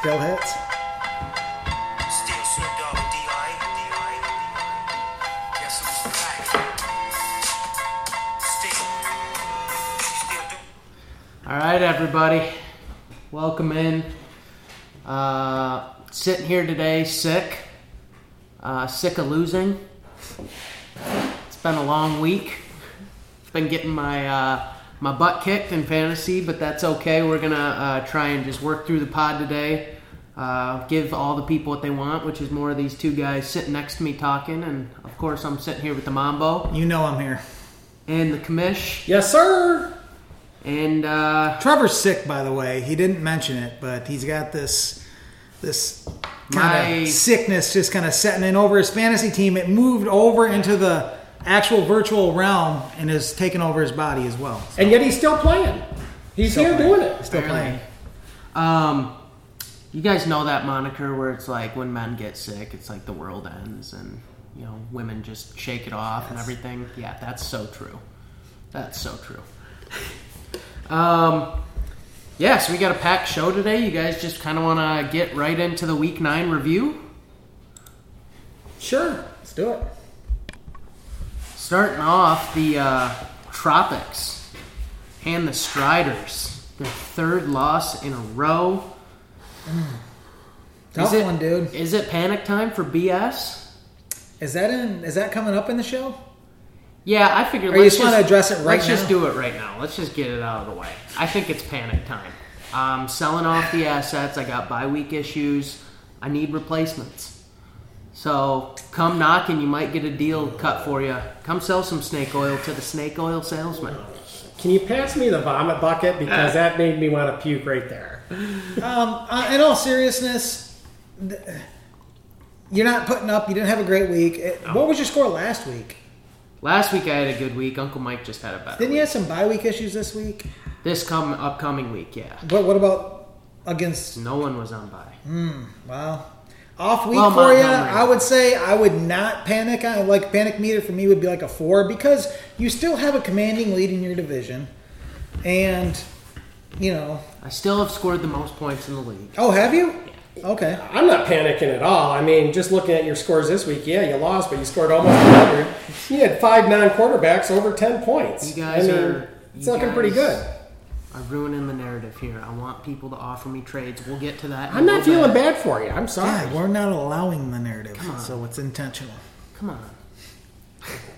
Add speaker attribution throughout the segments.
Speaker 1: Still hits.
Speaker 2: Still Snoop Dogg and D.I. Guess who's back? Still. Still do.
Speaker 3: All right, everybody, welcome in. Uh, sitting here today, sick, uh, sick of losing. It's been a long week. Been getting my uh, my butt kicked in fantasy, but that's okay. We're gonna uh, try and just work through the pod today. Uh, give all the people what they want, which is more of these two guys sitting next to me talking, and of course I'm sitting here with the Mambo
Speaker 1: You know I'm here.
Speaker 3: and the Commish,
Speaker 1: Yes, sir.
Speaker 3: and uh,
Speaker 1: Trevor's sick, by the way. He didn't mention it, but he's got this this kind
Speaker 3: My-
Speaker 1: of sickness just kind of setting in over his fantasy team. It moved over into the actual virtual realm and has taken over his body as well.
Speaker 4: And yet he's still playing. He's
Speaker 1: Still
Speaker 4: here
Speaker 1: playing.
Speaker 4: doing it.
Speaker 1: Still playing.
Speaker 3: Um, you guys know that moniker where it's like when men get sick, it's like the world ends, and you know women just shake it off and everything. Yeah, that's so true. That's so true. um, yeah, so we got a packed show today. You guys just kind of want to get right into the week nine review.
Speaker 4: Sure, let's do it.
Speaker 3: Starting off the uh, Tropics and the Striders, their third loss in a row.
Speaker 1: Tough
Speaker 3: Is it-
Speaker 1: one, dude.
Speaker 3: Is it panic time for BS?
Speaker 1: Is that in? Is that coming up in the show?
Speaker 3: Yeah, I figured.
Speaker 1: Or you
Speaker 3: let's
Speaker 1: just wanna address it right
Speaker 3: Let's just
Speaker 1: now?
Speaker 3: do it right now. Let's just get it out of the way. I think it's panic time. Um, selling off the assets. I got bye week issues. I need replacements. So come knock and you might get a deal cut for you. Come sell some snake oil to the snake oil salesman.
Speaker 4: Can you pass me the vomit bucket because that made me want to puke right there.
Speaker 1: Um, uh, in all seriousness, th- you're not putting up. You didn't have a great week. Uh, What was your score last week?
Speaker 3: Last week I had a good week. Uncle Mike just had a better.
Speaker 1: Didn't you
Speaker 3: week.
Speaker 1: have some bye week issues this week?
Speaker 3: This come upcoming week, yeah.
Speaker 1: But what about against?
Speaker 3: No one was on bye.
Speaker 1: Wow, off week
Speaker 3: Well,
Speaker 1: for you.
Speaker 3: Montgomery.
Speaker 1: I would say I would not panic. I like panic meter for me would be like a four because you still have a commanding lead in your division, and you know.
Speaker 3: I still have scored the most points in the league.
Speaker 1: Oh, have you? Okay.
Speaker 4: I'm not panicking at all. I mean, just looking at your scores this week, yeah, you lost, but you scored almost 100. You had five non-quarterbacks over 10 points.
Speaker 3: You guys
Speaker 4: I mean,
Speaker 3: are-
Speaker 4: it's
Speaker 3: you
Speaker 4: looking pretty
Speaker 3: guys-
Speaker 4: good.
Speaker 3: I'm ruining the narrative here. I want people to offer me trades. We'll get to that. in a
Speaker 4: I'm not
Speaker 3: little bit.
Speaker 4: feeling bad for you. I'm sorry.
Speaker 1: Yeah, we're not allowing the narrative, so it's intentional.
Speaker 3: Come on.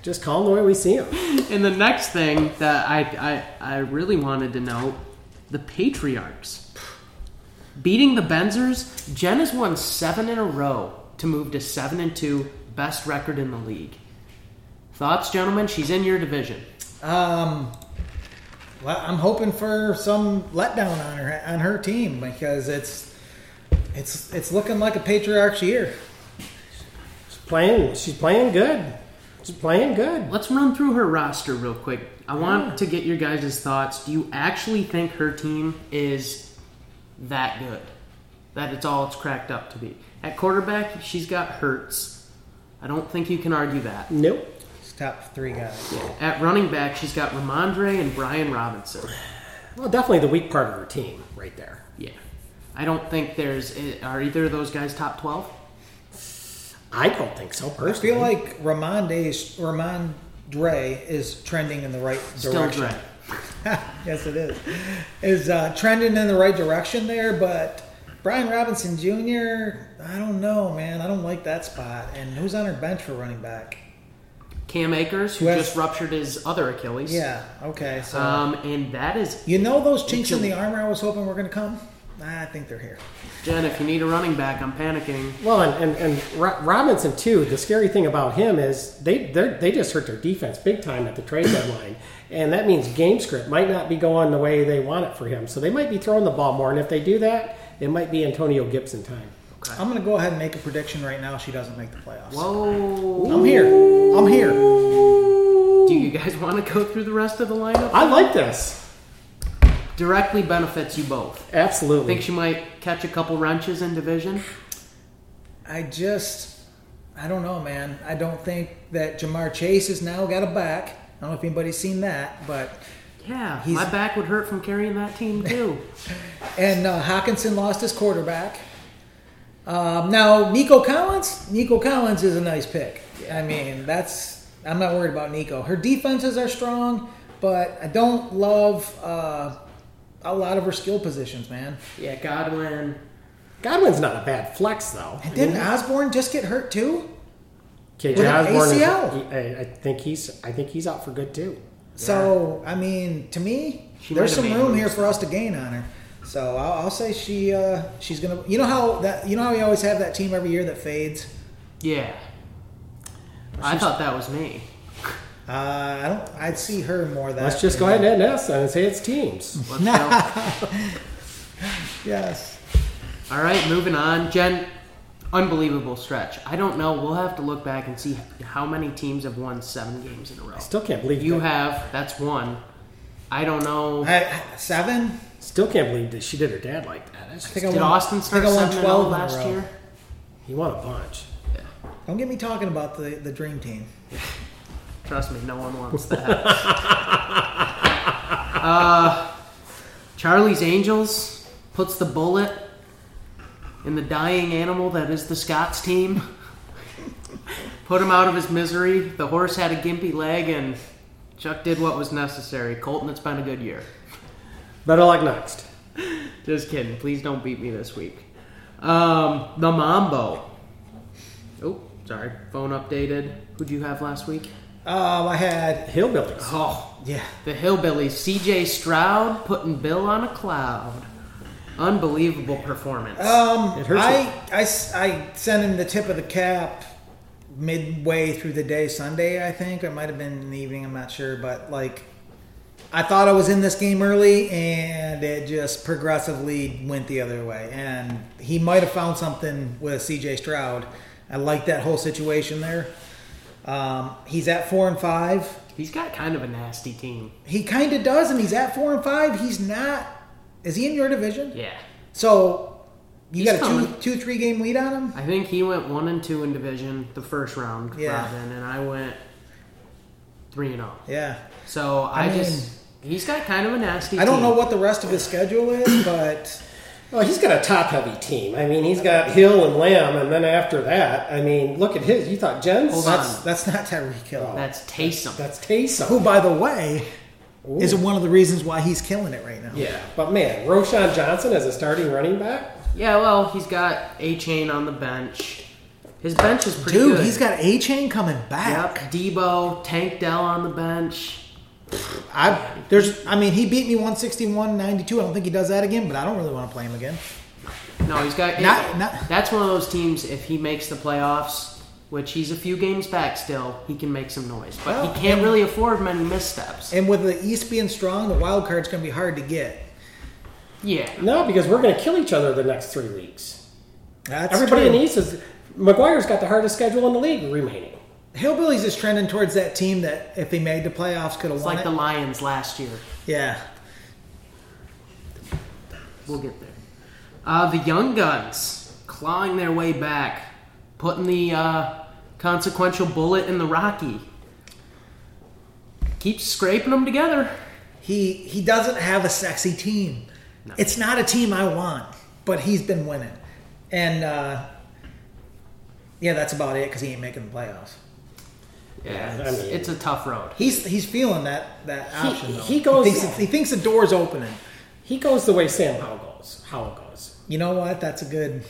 Speaker 4: Just call him the way we see him.
Speaker 3: And the next thing that I, I, I really wanted to note the Patriarchs. Beating the Benzers, Jen has won seven in a row to move to seven and two, best record in the league. Thoughts, gentlemen? She's in your division.
Speaker 1: Um, well, I'm hoping for some letdown on her on her team because it's it's it's looking like a patriarch's year.
Speaker 4: She's playing. She's playing good. She's playing good.
Speaker 3: Let's run through her roster real quick. I want to get your guys' thoughts. Do you actually think her team is that good? That it's all it's cracked up to be. At quarterback, she's got Hurts. I don't think you can argue that.
Speaker 4: Nope.
Speaker 1: It's top three guys.
Speaker 3: At running back, she's got Ramondre and Brian Robinson.
Speaker 4: Well, definitely the weak part of her team, right there.
Speaker 3: Yeah. I don't think there's. eh, Are either of those guys top 12?
Speaker 4: I don't think so
Speaker 1: I
Speaker 4: personally.
Speaker 1: feel like Ramonde's Ramondre is trending in the right
Speaker 3: Still
Speaker 1: direction.
Speaker 3: Dre.
Speaker 1: yes, it is. Is uh, trending in the right direction there, but Brian Robinson Jr. I don't know, man. I don't like that spot. And who's on her bench for running back?
Speaker 3: Cam Akers, who
Speaker 1: Who has-
Speaker 3: just ruptured his other Achilles.
Speaker 1: Yeah. Okay. So.
Speaker 3: Um, and that is.
Speaker 1: You know those chinks in the armor I was hoping were going to come? I think they're here.
Speaker 3: Jen, if you need a running back, I'm panicking.
Speaker 4: Well, and, and, and Ro- Robinson too. The scary thing about him is they they're- they just hurt their defense big time at the trade deadline, and that means game script might not be going the way they want it for him. So they might be throwing the ball more, and if they do that, it might be Antonio Gibson time.
Speaker 1: I'm going to go ahead and make a prediction right now. She doesn't make the playoffs.
Speaker 3: Whoa.
Speaker 1: I'm here. I'm here.
Speaker 3: Do you guys want to go through the rest of the lineup?
Speaker 4: I like this
Speaker 3: Directly benefits you both.
Speaker 4: absolutely.
Speaker 3: Think she might catch a couple wrenches in division?
Speaker 1: I just, I don't know, man. I don't think that Jamar Chase has now got a back. I don't know if anybody's seen that, but
Speaker 3: Yeah.
Speaker 1: He's-
Speaker 3: my back would hurt from carrying that team, too.
Speaker 1: and uh, Hawkinson lost his quarterback. Um, now Nico Collins, Nico Collins is a nice pick. I mean, that's I'm not worried about Nico. Her defenses are strong, but I don't love uh, a lot of her skill positions, man.
Speaker 3: Yeah, Godwin.
Speaker 4: Godwin's not a bad flex though.
Speaker 1: And didn't Osborne just get hurt too?
Speaker 4: KJ
Speaker 1: With an
Speaker 4: Osborne is-
Speaker 1: ACL.
Speaker 4: he- I, I think he's I think he's out for good too.
Speaker 1: So I mean, to me,
Speaker 3: She
Speaker 1: there's some
Speaker 3: might have made
Speaker 1: room here
Speaker 3: moves.
Speaker 1: for us to gain on her. So I'll, I'll say she uh, she's gonna. You know how that you know how we always have that team every year that fades.
Speaker 3: Yeah. I thought that was me.
Speaker 1: Uh, I don't. I'd see her more that.
Speaker 4: Let's just go ahead and end this and say it's teams.
Speaker 3: Let's go.
Speaker 1: Yes.
Speaker 3: All right, moving on. Jen, unbelievable stretch. I don't know. We'll have to look back and see how many teams have won seven games in a row.
Speaker 4: Still can't believe
Speaker 3: You
Speaker 4: that-
Speaker 3: have. That's one. I don't know.
Speaker 1: I, seven.
Speaker 4: Still can't believe that she did her dad like that. That's
Speaker 1: think
Speaker 4: just-
Speaker 1: I
Speaker 3: Did
Speaker 1: won-
Speaker 3: Austin start
Speaker 1: I think I
Speaker 3: seven
Speaker 1: won
Speaker 3: and
Speaker 1: 12
Speaker 3: zero
Speaker 1: in a
Speaker 3: last
Speaker 1: row.
Speaker 3: year?
Speaker 4: he won a bunch.
Speaker 1: Don't get me talking about the, the dream team.
Speaker 3: Trust me, no one wants that. uh, Charlie's Angels puts the bullet in the dying animal that is the Scots team. Put him out of his misery. The horse had a gimpy leg, and Chuck did what was necessary. Colton, it's been a good year.
Speaker 4: Better luck next.
Speaker 3: Just kidding. Please don't beat me this week. Um, the Mambo. Oh, sorry. Phone updated. Who'd you have last week?
Speaker 1: Um, I had
Speaker 4: Hillbillies.
Speaker 3: Oh,
Speaker 1: yeah.
Speaker 3: The Hillbillies, CJ Stroud putting Bill on a cloud. Unbelievable performance.
Speaker 1: Um,
Speaker 4: It hurts
Speaker 1: I, I s- I sent him the tip of the cap midway through the day Sunday, I think. It might have been in the evening. I'm not sure, but like I thought I was in this game early, and it just progressively went the other way. And he might have found something with C.J. Stroud. I like that whole situation there. Um, he's at four and five.
Speaker 3: He's got kind of a nasty team.
Speaker 1: He kind of does, and he's at four and five. He's not. Is he in your division?
Speaker 3: Yeah.
Speaker 1: So you
Speaker 3: He's
Speaker 1: got a
Speaker 3: coming.
Speaker 1: two, two, three game lead on him.
Speaker 3: I think he went one and two in division the first round,
Speaker 1: Yeah.
Speaker 3: Robin, and I went three and all.
Speaker 1: Yeah,
Speaker 3: So I,
Speaker 1: I mean-
Speaker 3: just he's got kind of a nasty
Speaker 1: I don't
Speaker 3: team.
Speaker 1: know what the rest of his schedule is, but
Speaker 4: Well, he's got a top-heavy team. I mean, he's got Hill and Lamb, and then after that, I mean, look at his. You thought Jen's?
Speaker 3: Hold on.
Speaker 1: that's that's not Tyreek Hill.
Speaker 3: that's Taysom.
Speaker 4: That's Taysom.
Speaker 1: Who, by the way, is one of the reasons why he's killing it right now.
Speaker 4: Yeah, but man, Roshan Johnson as a starting running back.
Speaker 3: yeah, well, he's got A chain on the bench. His bench is pretty
Speaker 1: Dude,
Speaker 3: good.
Speaker 1: he's got A Chain coming back.
Speaker 3: Yep, Debo, Tank Dell on the bench.
Speaker 1: I there's I mean he beat me 161 92. I don't think he does that again, but I don't really want to play him again.
Speaker 3: No, he's got.
Speaker 1: Not- not-
Speaker 3: that's one of those teams. If he makes the playoffs, which he's a few games back still, he can make some noise. But
Speaker 1: Well,
Speaker 3: he can't really afford many missteps.
Speaker 1: And with the East being strong, the wild card's going to be hard to get.
Speaker 3: yeah,
Speaker 4: No, because we're going to kill each other the next three weeks.
Speaker 1: That's
Speaker 4: Everybody
Speaker 1: true.
Speaker 4: in the East is. McGuire's got the hardest schedule in the league remaining.
Speaker 1: Hillbillies is trending towards that team that if he made the playoffs could have
Speaker 3: it's
Speaker 1: won
Speaker 3: like the
Speaker 1: it.
Speaker 3: Lions last year.
Speaker 1: yeah.
Speaker 3: We'll get there. Uh, the Young Guns clawing their way back, putting the uh, consequential bullet in the Rocky. Keeps scraping them together.
Speaker 1: He he doesn't have a sexy team. It's not a team I want, but he's been winning. And uh, yeah, that's about it because he ain't making the playoffs.
Speaker 3: Yeah,
Speaker 4: I
Speaker 3: it's,
Speaker 4: mean-
Speaker 3: it's a tough road.
Speaker 1: He's he's feeling that that option. though.
Speaker 4: he goes-
Speaker 1: He thinks, he thinks the door's opening.
Speaker 4: He goes the way Sam Howell goes. Howell goes.
Speaker 1: You know what? That's a good.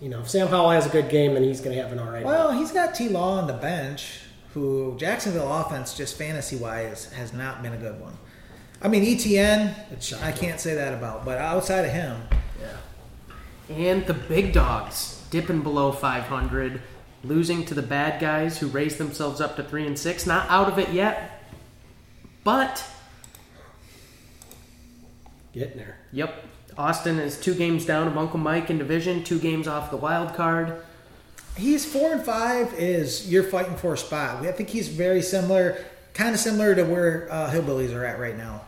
Speaker 4: You know, if Sam Howell has a good game, then he's going to have an all right.
Speaker 1: Well, he's got T. Law on the bench, who Jacksonville offense just fantasy wise has not been a good one. I mean E
Speaker 4: It's
Speaker 1: ETN,
Speaker 4: shocking.
Speaker 1: I can't say that about, but outside of him,
Speaker 3: And the big dogs dipping below 500, losing to the bad guys who raised themselves up to 3 and 6. Not out of it yet. But,
Speaker 4: getting there.
Speaker 3: yep, Austin is two games down of Uncle Mike in division, two games off the wild card.
Speaker 1: He's four and five. Is you're fighting for a spot. I think he's very similar, kind of similar to where uh, hillbillies are at right now.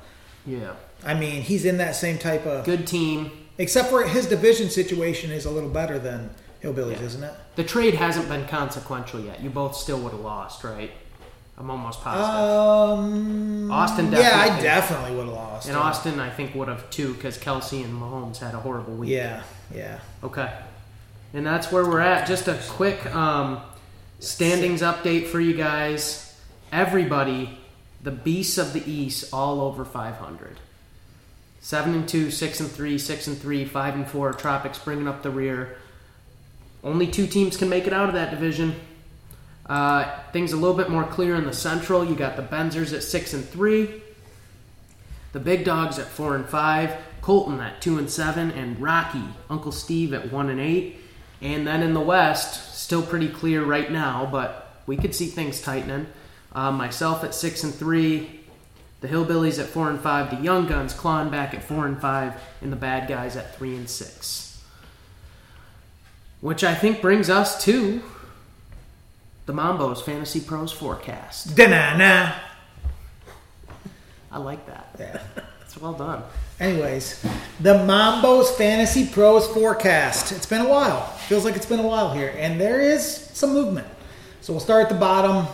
Speaker 3: Yeah.
Speaker 1: I mean, he's in that same type of.
Speaker 3: Good team.
Speaker 1: Except for his division situation is a little better than hillbillies, isn't it?
Speaker 3: The trade hasn't been consequential yet. You both still would have lost, right? I'm almost positive.
Speaker 1: Uh, Um,
Speaker 3: Austin
Speaker 1: Yeah, I
Speaker 3: definitely-
Speaker 1: definitely would have lost.
Speaker 3: and Austin, I think, would have too because Kelsey and Mahomes had a horrible week.
Speaker 1: Yeah, yeah.
Speaker 3: Okay. And that's where we're at. Just a quick um, standings update for you guys. Everybody, the beasts of the East, all over 500. Seven and two, six and three, six and three, five and four. Tropics bringing up the rear. Only two teams can make it out of that division. Uh, things a little bit more clear in the Central. You got the Benzers at six and three, the Big Dogs at four and five, Colton at two and seven, and Rocky Uncle Steve at one and eight. And then in the West, still pretty clear right now, but we could see things tightening. Uh, myself at six and three, the Hillbillies at four and five, the Young Guns clawing back at four and five, and the Bad Guys at three and six. Which I think brings us to the Mambo's Fantasy Pros forecast.
Speaker 1: Da-na-na.
Speaker 3: I like that.
Speaker 1: Yeah.
Speaker 3: It's well done.
Speaker 1: Anyways, the Mambo's Fantasy Pros forecast. It's been a while. Feels like it's been a while here, and there is some movement. So we'll start at the bottom.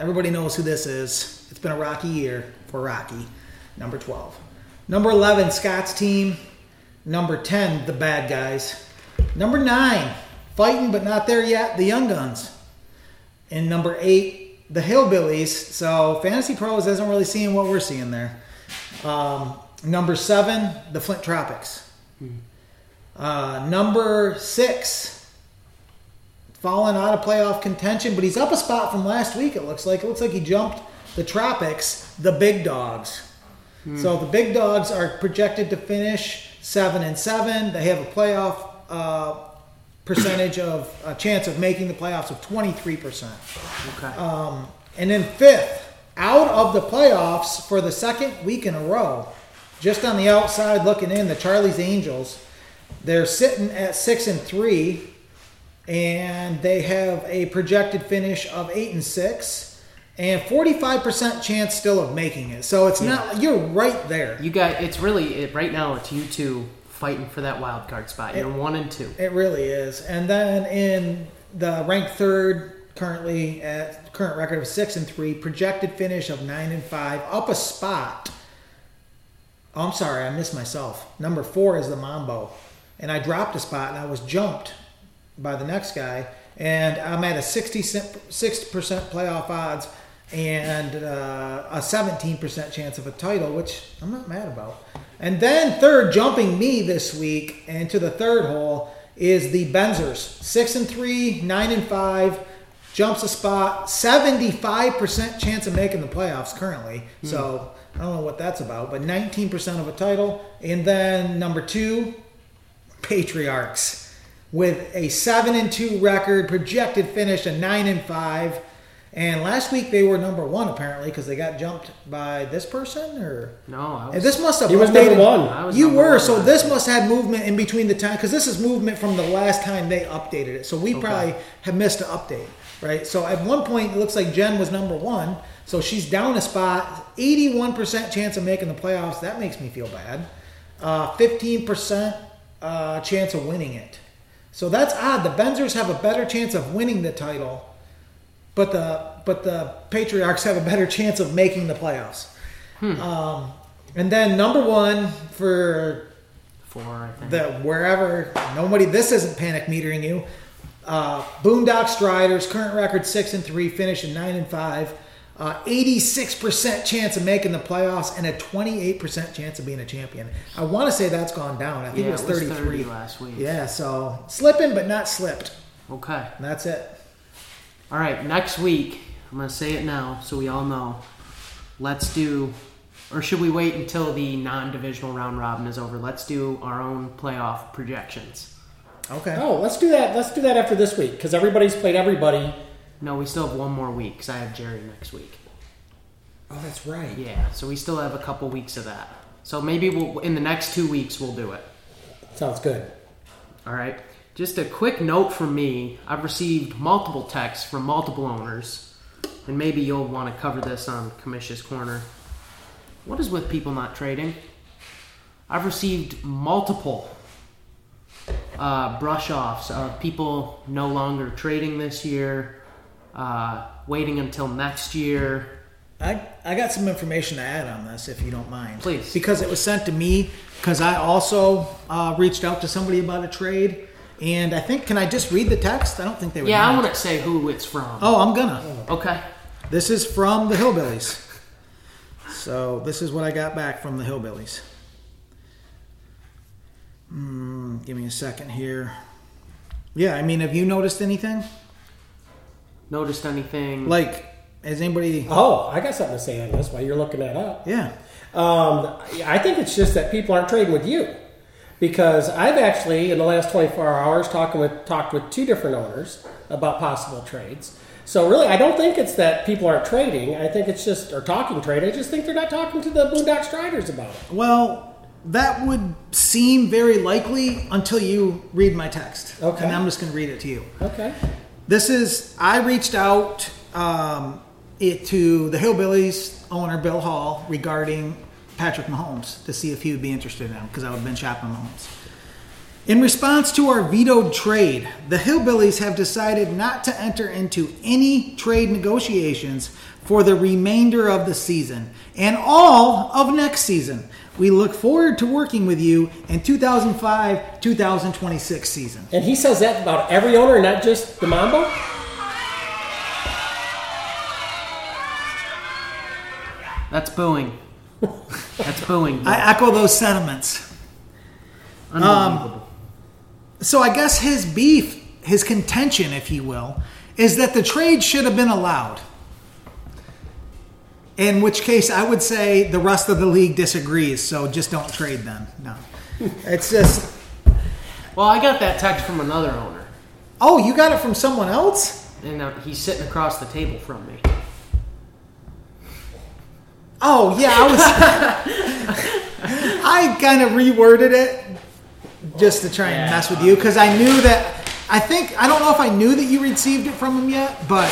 Speaker 1: Everybody knows who this is. It's been a rocky year for Rocky, number 12. Number 11, Scott's team. Number 10, the bad guys. Number 9, fighting but not there yet, the Young Guns. And number eight, the Hillbillies. So Fantasy Pros isn't really seeing what we're seeing there. Um, number seven, the Flint Tropics. Uh, number six, fallen out of playoff contention, but he's up a spot from last week. It looks like it looks like he jumped the Tropics, the Big Dogs. So the Big Dogs are projected to finish seven and seven. They have a playoff uh, percentage of a chance of making the playoffs of twenty three percent.
Speaker 3: Okay.
Speaker 1: Um, and then fifth, out of the playoffs for the second week in a row, just on the outside looking in, the Charlie's Angels. They're sitting at six and three, and they have a projected finish of eight and six, and forty-five percent chance still of making it. So it's not you're right there.
Speaker 3: you guys, it's really it, right now. It's you two fighting for that wild card spot. You're one and two.
Speaker 1: It really is. And then in the ranked third currently at current record of six and three, projected finish of nine and five, up a spot. Oh, I'm sorry, I missed myself. Number four is the Mambo, and I dropped a spot and I was jumped by the next guy, and I'm at a 66 percent playoff odds and uh, a 17% chance of a title, which I'm not mad about. And then third, jumping me this week and to the third hole is the Benzers, six and three, nine and five, jumps a spot, 75% chance of making the playoffs currently. So I don't know what that's about, but 19% of a title. And then number two, Patriarchs with a seven and two record, projected finish a nine and five. And last week they were number one apparently because they got jumped by this person or
Speaker 3: No, I
Speaker 1: and
Speaker 3: was,
Speaker 1: this must have
Speaker 4: He was number
Speaker 1: updated-
Speaker 4: one.
Speaker 3: I was
Speaker 1: You
Speaker 3: number
Speaker 1: were
Speaker 3: one
Speaker 1: so
Speaker 3: last
Speaker 1: this must have movement in between the time because this is movement from the last time they updated it. So we probably have missed an update, right? So at one point it looks like Jen was number one, so she's down a spot, eighty-one percent chance of making the playoffs. That makes me feel bad. Uh, Fifteen percent uh, chance of winning it. So that's odd. The Benzers have a better chance of winning the title but the but the Patriarchs have a better chance of making the playoffs. Um, and then number one for
Speaker 3: four. I think.
Speaker 1: the wherever nobody this isn't panic metering you. Uh, Boondock Striders current record six and three, finish in nine and five. Uh, Eighty-six percent chance of making the playoffs and a twenty-eight percent chance of being a champion. I want to say that's gone down. I think
Speaker 3: yeah,
Speaker 1: it was thirty-three.
Speaker 3: 30 last week.
Speaker 1: yeah, so slipping but not slipped.
Speaker 3: Okay.
Speaker 1: And that's it.
Speaker 3: All right. Next week, I'm gonna say it now so we all know. Let's do, or should we wait until the non-divisional round robin is over? Let's do our own playoff projections.
Speaker 1: Okay.
Speaker 4: Oh, let's do that. Let's do that after this week because everybody's played everybody.
Speaker 3: No, we still have one more week because I have Jerry next week.
Speaker 4: Oh, that's right.
Speaker 3: Yeah, so we still have a couple weeks of that. So maybe we'll, in the next two weeks we'll do it.
Speaker 4: Sounds good.
Speaker 3: All right. Just a quick note from me. I've received multiple texts from multiple owners, and maybe you'll want to cover this on Commission's Corner. What is with people not trading? I've received multiple uh, brush offs of people no longer trading this year, uh, waiting until next year.
Speaker 1: I, I got some information to add on this if you don't mind.
Speaker 3: Please.
Speaker 1: Because it was sent to me, because I also uh, reached out to somebody about a trade, And I think, can I just read the text? I don't think they would.
Speaker 3: Yeah, I
Speaker 1: mind.
Speaker 3: wouldn't say who it's from.
Speaker 1: Oh, I'm gonna.
Speaker 3: Okay.
Speaker 1: This is from the Hillbillies. So this is what I got back from the Hillbillies. Mm, give me a second here. Yeah, I mean, have you noticed anything?
Speaker 3: Noticed anything?
Speaker 1: Like, has anybody?
Speaker 4: Oh, I got something to say on this while you're looking that up.
Speaker 1: Yeah.
Speaker 4: Um, I think it's just that people aren't trading with you because I've actually in the last 24 hours talking with talked with two different owners about possible trades. So really, I don't think it's that people aren't trading. I think it's just or talking trade. I just think they're not talking to the Boondock Striders about it.
Speaker 1: Well, that would seem very likely until you read my text.
Speaker 4: Okay.
Speaker 1: And I'm just gonna read it to you.
Speaker 4: Okay.
Speaker 1: This is I reached out um, it to the Hillbillies owner Bill Hall regarding Patrick Mahomes to see if he would be interested in him because I would have been shopping Mahomes. In response to our vetoed trade, the Hillbillies have decided not to enter into any trade negotiations for the remainder of the season and all of next season. We look forward to working with you in 2005 2026 season.
Speaker 4: And he says that about every owner, not just the Mambo.
Speaker 3: That's booing. That's booing.
Speaker 1: I um, echo those sentiments.
Speaker 3: Unbelievable.
Speaker 1: So I guess his beef, his contention, if you will, is that the trade should have been allowed. In which case, I would say the rest of the league disagrees. So just don't trade them. No, it's just.
Speaker 3: well, I got that text from another owner,
Speaker 1: Oh, you got it from someone else?
Speaker 3: and uh, he's sitting across the table from me.
Speaker 1: Oh yeah, I was. I kind of reworded it just to try and mess with you because I knew that. I think I don't know if I knew that you received it from him yet, but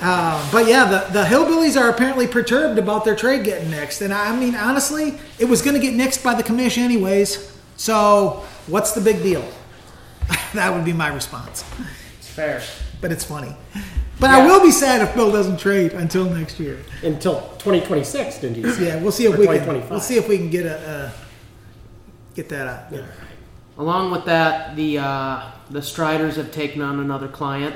Speaker 1: um, But yeah, the, the hillbillies are apparently perturbed about their trade getting nixed. And I mean, honestly, it was going to get nixed by the commission anyways. So what's the big deal? that would be my response.
Speaker 3: It's fair.
Speaker 1: But it's funny. But I will be sad if Bill doesn't trade until next year.
Speaker 4: until 2026, didn't he? say?
Speaker 1: Yeah, we'll see if
Speaker 4: Or
Speaker 1: we can.
Speaker 4: 2025.
Speaker 1: We'll see if we can get a, a get that out. there.
Speaker 3: Along with that, the uh, the Striders have taken on another client.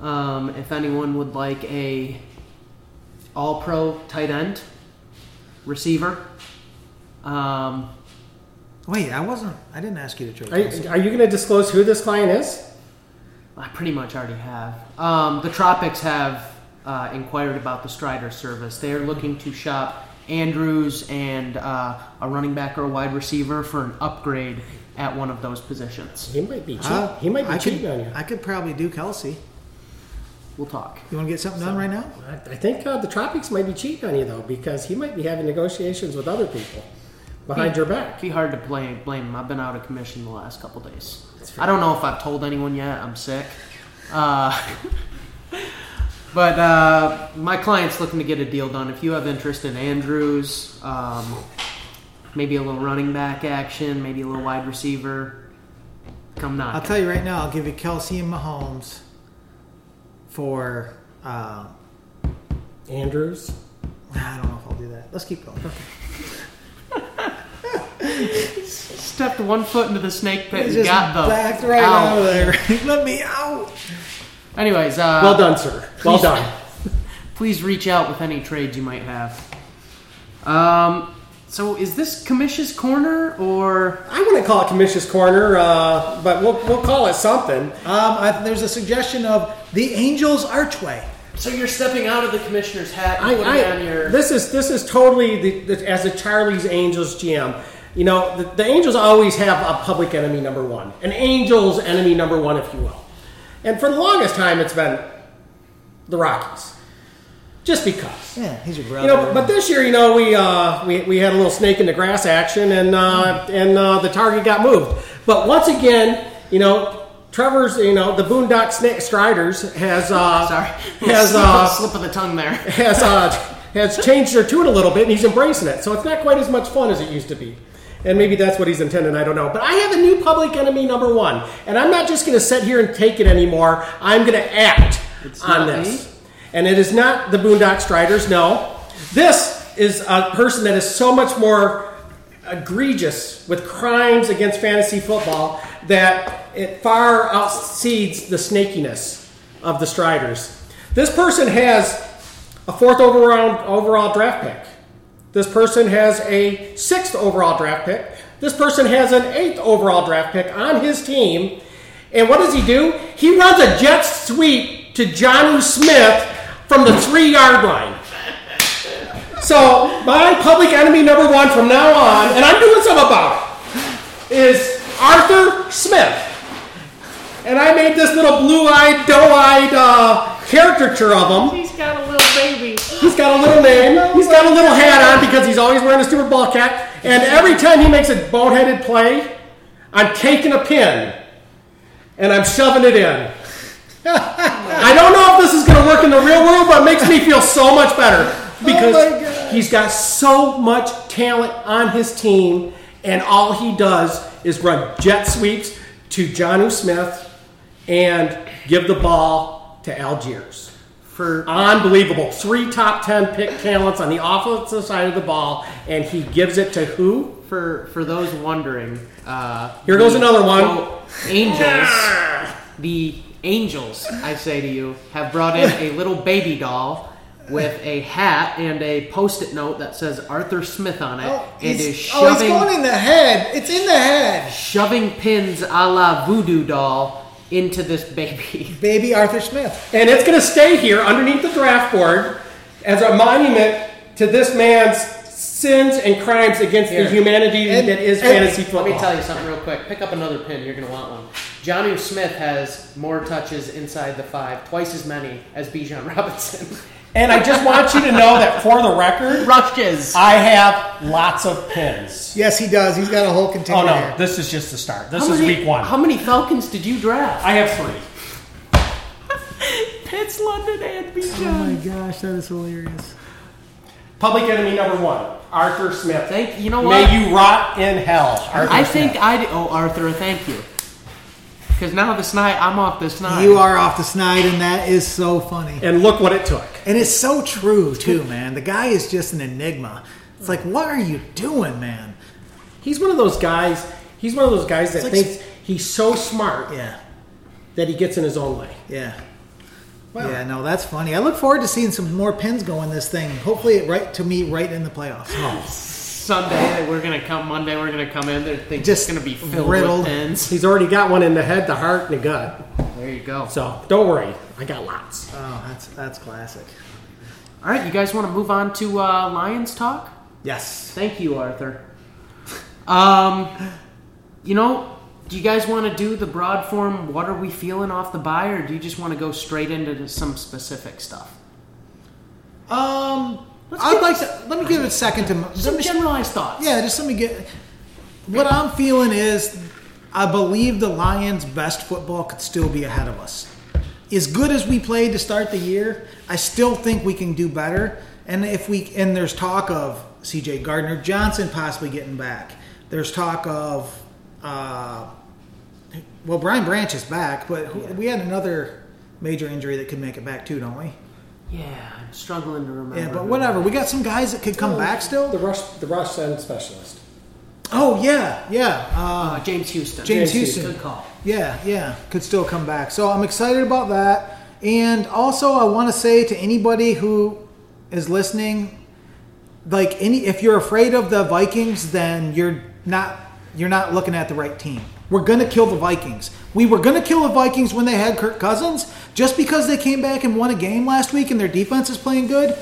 Speaker 3: Um, if anyone would like a All Pro tight end receiver, um,
Speaker 1: Wait, I wasn't. I didn't ask you to trade.
Speaker 4: Are, you- are you going to disclose who this client is?
Speaker 3: I pretty much already have. Um, the Tropics have uh, inquired about the Strider service. They are looking to shop Andrews and uh, a running back or a wide receiver for an upgrade at one of those positions.
Speaker 4: He might be cheap.
Speaker 1: Huh?
Speaker 4: he might be
Speaker 1: I could-
Speaker 4: cheating on you.
Speaker 1: I could probably do Kelsey.
Speaker 3: We'll talk.
Speaker 1: You want to get something done right now?
Speaker 4: I, I think uh, the tropics might be cheating on you though, because he might be having negotiations with other people
Speaker 1: Hmm.
Speaker 4: behind your back.
Speaker 3: It'd be hard to blame. blame him. I've been out of commission the last couple days. I don't know if I've told anyone yet. I'm sick. Uh, but uh, my client's looking to get a deal done. If you have interest in Andrews, um, maybe a little running back action, maybe a little wide receiver, come
Speaker 1: I'll
Speaker 3: knock.
Speaker 1: tell you right now, I'll give you Kelsey and Mahomes for. Uh,
Speaker 4: Andrews,
Speaker 1: I don't know if I'll do that. Let's keep going.
Speaker 3: Stepped one foot into the snake pit
Speaker 1: He
Speaker 3: and
Speaker 1: just
Speaker 3: got the
Speaker 1: backed right
Speaker 3: out.
Speaker 1: out of there. Let me out.
Speaker 3: Anyways, uh,
Speaker 4: well done, sir. Well
Speaker 3: please-
Speaker 4: done.
Speaker 3: please reach out with any trades you might have. Um, so is this Comish's corner or
Speaker 4: I wouldn't call it Commission's corner, uh, but we'll, we'll call it something.
Speaker 1: Um, I, there's a suggestion of the Angels Archway.
Speaker 3: so you're stepping out of the commissioner's hat and
Speaker 4: I,
Speaker 3: putting
Speaker 4: I,
Speaker 3: on your
Speaker 4: this is this is totally the, the, as a Charlie's Angels GM. You know, the, the Angels always have a public enemy number one, an Angels enemy number one, if you will. And for the longest time, it's been the Rockies, just because.
Speaker 1: Yeah, he's your brother.
Speaker 4: You know, but this year, you know, we uh, we, we had a little snake in the grass action, and uh, and uh, the target got moved. But once again, you know, Trevor's, you know, the Boondock Snake Striders has uh,
Speaker 3: sorry
Speaker 4: has uh,
Speaker 3: slip of the tongue there.
Speaker 4: has uh, has changed their tune a little bit, and he's embracing it. So it's not quite as much fun as it used to be. And maybe that's what he's intending. I don't know. But I have a new public enemy number one, and I'm not just going to sit here and take it anymore. I'm going to act
Speaker 3: It's
Speaker 4: on
Speaker 3: not
Speaker 4: this.
Speaker 3: me.
Speaker 4: And it is not the Boondock Striders, no. This is a person that is so much more egregious with crimes against fantasy football that it far outseeds the snakiness of the Striders. This person has a fourth overall overall draft pick. This person has a sixth overall draft pick. This person has an eighth overall draft pick on his team. And what does he do? He runs a jet sweep to Johnu Smith from the three yard line. So my public enemy number one from now on, and I'm doing something about it, is Arthur Smith. And I made this little blue-eyed, doe-eyed uh, caricature of him.
Speaker 3: He's got a little baby.
Speaker 4: He's got a little name. He's got a little hat on because he's always wearing a stupid ball cap. And every time he makes a boneheaded play, I'm taking a pin and I'm shoving it in. I don't know if this is going to work in the real world, but it makes me feel so much better because
Speaker 1: Oh my God.
Speaker 4: he's got so much talent on his team, and all he does is run jet sweeps to Johnu Smith and give the ball to Algiers
Speaker 3: For
Speaker 4: unbelievable. Three top ten pick talents on the offensive side of the ball, and he gives it to who?
Speaker 3: for for those wondering, uh,
Speaker 4: Here goes another one.
Speaker 3: quote, Angels, the angels, I say to you, have brought in a little baby doll with a hat and a post-it note that says Arthur Smith on it,
Speaker 1: Oh,
Speaker 3: and
Speaker 1: he's,
Speaker 3: is
Speaker 1: oh, he's
Speaker 3: shoving
Speaker 1: going in the head. It's in the head.
Speaker 3: shoving pins a la voodoo doll into this baby.
Speaker 1: Baby Arthur Smith.
Speaker 4: And it's going to stay here underneath the draft board as a monument to this man's sins and crimes against
Speaker 3: Here.
Speaker 4: the humanity
Speaker 1: And-
Speaker 4: that is
Speaker 1: and-
Speaker 4: fantasy football.
Speaker 3: Let me tell you something real quick. Pick up another pin. You're going to want one. Johnny Smith has more touches inside the five, twice as many as Bijan Robinson.
Speaker 4: And I just want you to know that for the record,
Speaker 3: Rushes.
Speaker 4: I have lots of pins.
Speaker 1: Yes, he does. He's got a whole container.
Speaker 4: Oh no,
Speaker 1: here.
Speaker 4: this is just the start. This
Speaker 3: How
Speaker 4: is
Speaker 3: many-
Speaker 4: week one.
Speaker 3: How many Falcons did you draft?
Speaker 4: I have three.
Speaker 3: Pitts, London, and
Speaker 1: Oh
Speaker 3: Bijan.
Speaker 1: my gosh, that is hilarious.
Speaker 4: Public enemy number one, Arthur Smith.
Speaker 3: Thank you. Know what?
Speaker 4: May you rot in hell, Arthur
Speaker 3: I
Speaker 4: Smith.
Speaker 3: think I. Oh, Arthur, thank you. Because now the snide, I'm off the snide.
Speaker 1: You are off the snide, and that is so funny.
Speaker 4: And look what it took.
Speaker 1: And it's so true too, man. The guy is just an enigma. It's like, what are you doing, man?
Speaker 4: He's one of those guys. He's one of those guys that
Speaker 1: It's like-
Speaker 4: thinks he's so smart
Speaker 1: Yeah,
Speaker 4: that he gets in his own way.
Speaker 1: yeah. Yeah, no, that's funny. I look forward to seeing some more pins go in this thing. Hopefully, it right to me right in the playoffs.
Speaker 3: Sunday, we're gonna come. Monday, we're gonna come in. They're thinking
Speaker 1: Just
Speaker 3: it's gonna be filled
Speaker 1: riddled.
Speaker 3: with pins.
Speaker 4: He's already got one in the head, the heart, and the gut.
Speaker 3: There you go.
Speaker 4: So don't worry, I got lots.
Speaker 1: Oh, that's that's classic.
Speaker 3: All right, you guys want to move on to uh, Lions talk?
Speaker 1: Yes.
Speaker 3: Thank you, Arthur. Um, you know, do you guys want to do the broad form? What are we feeling off the buy, or do you just want to go straight into some specific stuff?
Speaker 1: Um,
Speaker 3: Let's
Speaker 1: I'd
Speaker 3: give-
Speaker 1: like to let me give it a second to. my-
Speaker 3: Some generalized thoughts.
Speaker 1: Yeah, just let me get. What I'm feeling is, I believe the Lions' best football could still be ahead of us. As good as we played to start the year, I still think we can do better. And if we and there's talk of C.J. Gardner Johnson possibly getting back. There's talk of, uh, well, Brian Branch is back, but who, we had another major injury that could make it back too, don't we?
Speaker 3: Yeah, I'm struggling to remember.
Speaker 1: Yeah, but whatever. We got some guys that could come back
Speaker 4: The
Speaker 1: still.
Speaker 4: rush, the rush end specialist.
Speaker 1: Oh yeah, yeah. Uh,
Speaker 3: Uh, James Houston.
Speaker 1: James,
Speaker 4: James
Speaker 1: Houston.
Speaker 3: Good call.
Speaker 1: Yeah, yeah, could still come back. So I'm excited about that. And also, I want to say to anybody who is listening, like any, if you're afraid of the Vikings, then you're not you're not looking at the right team. We're gonna kill the Vikings. We were gonna kill the Vikings when they had Kirk Cousins. Just because they came back and won a game last week and their defense is playing good,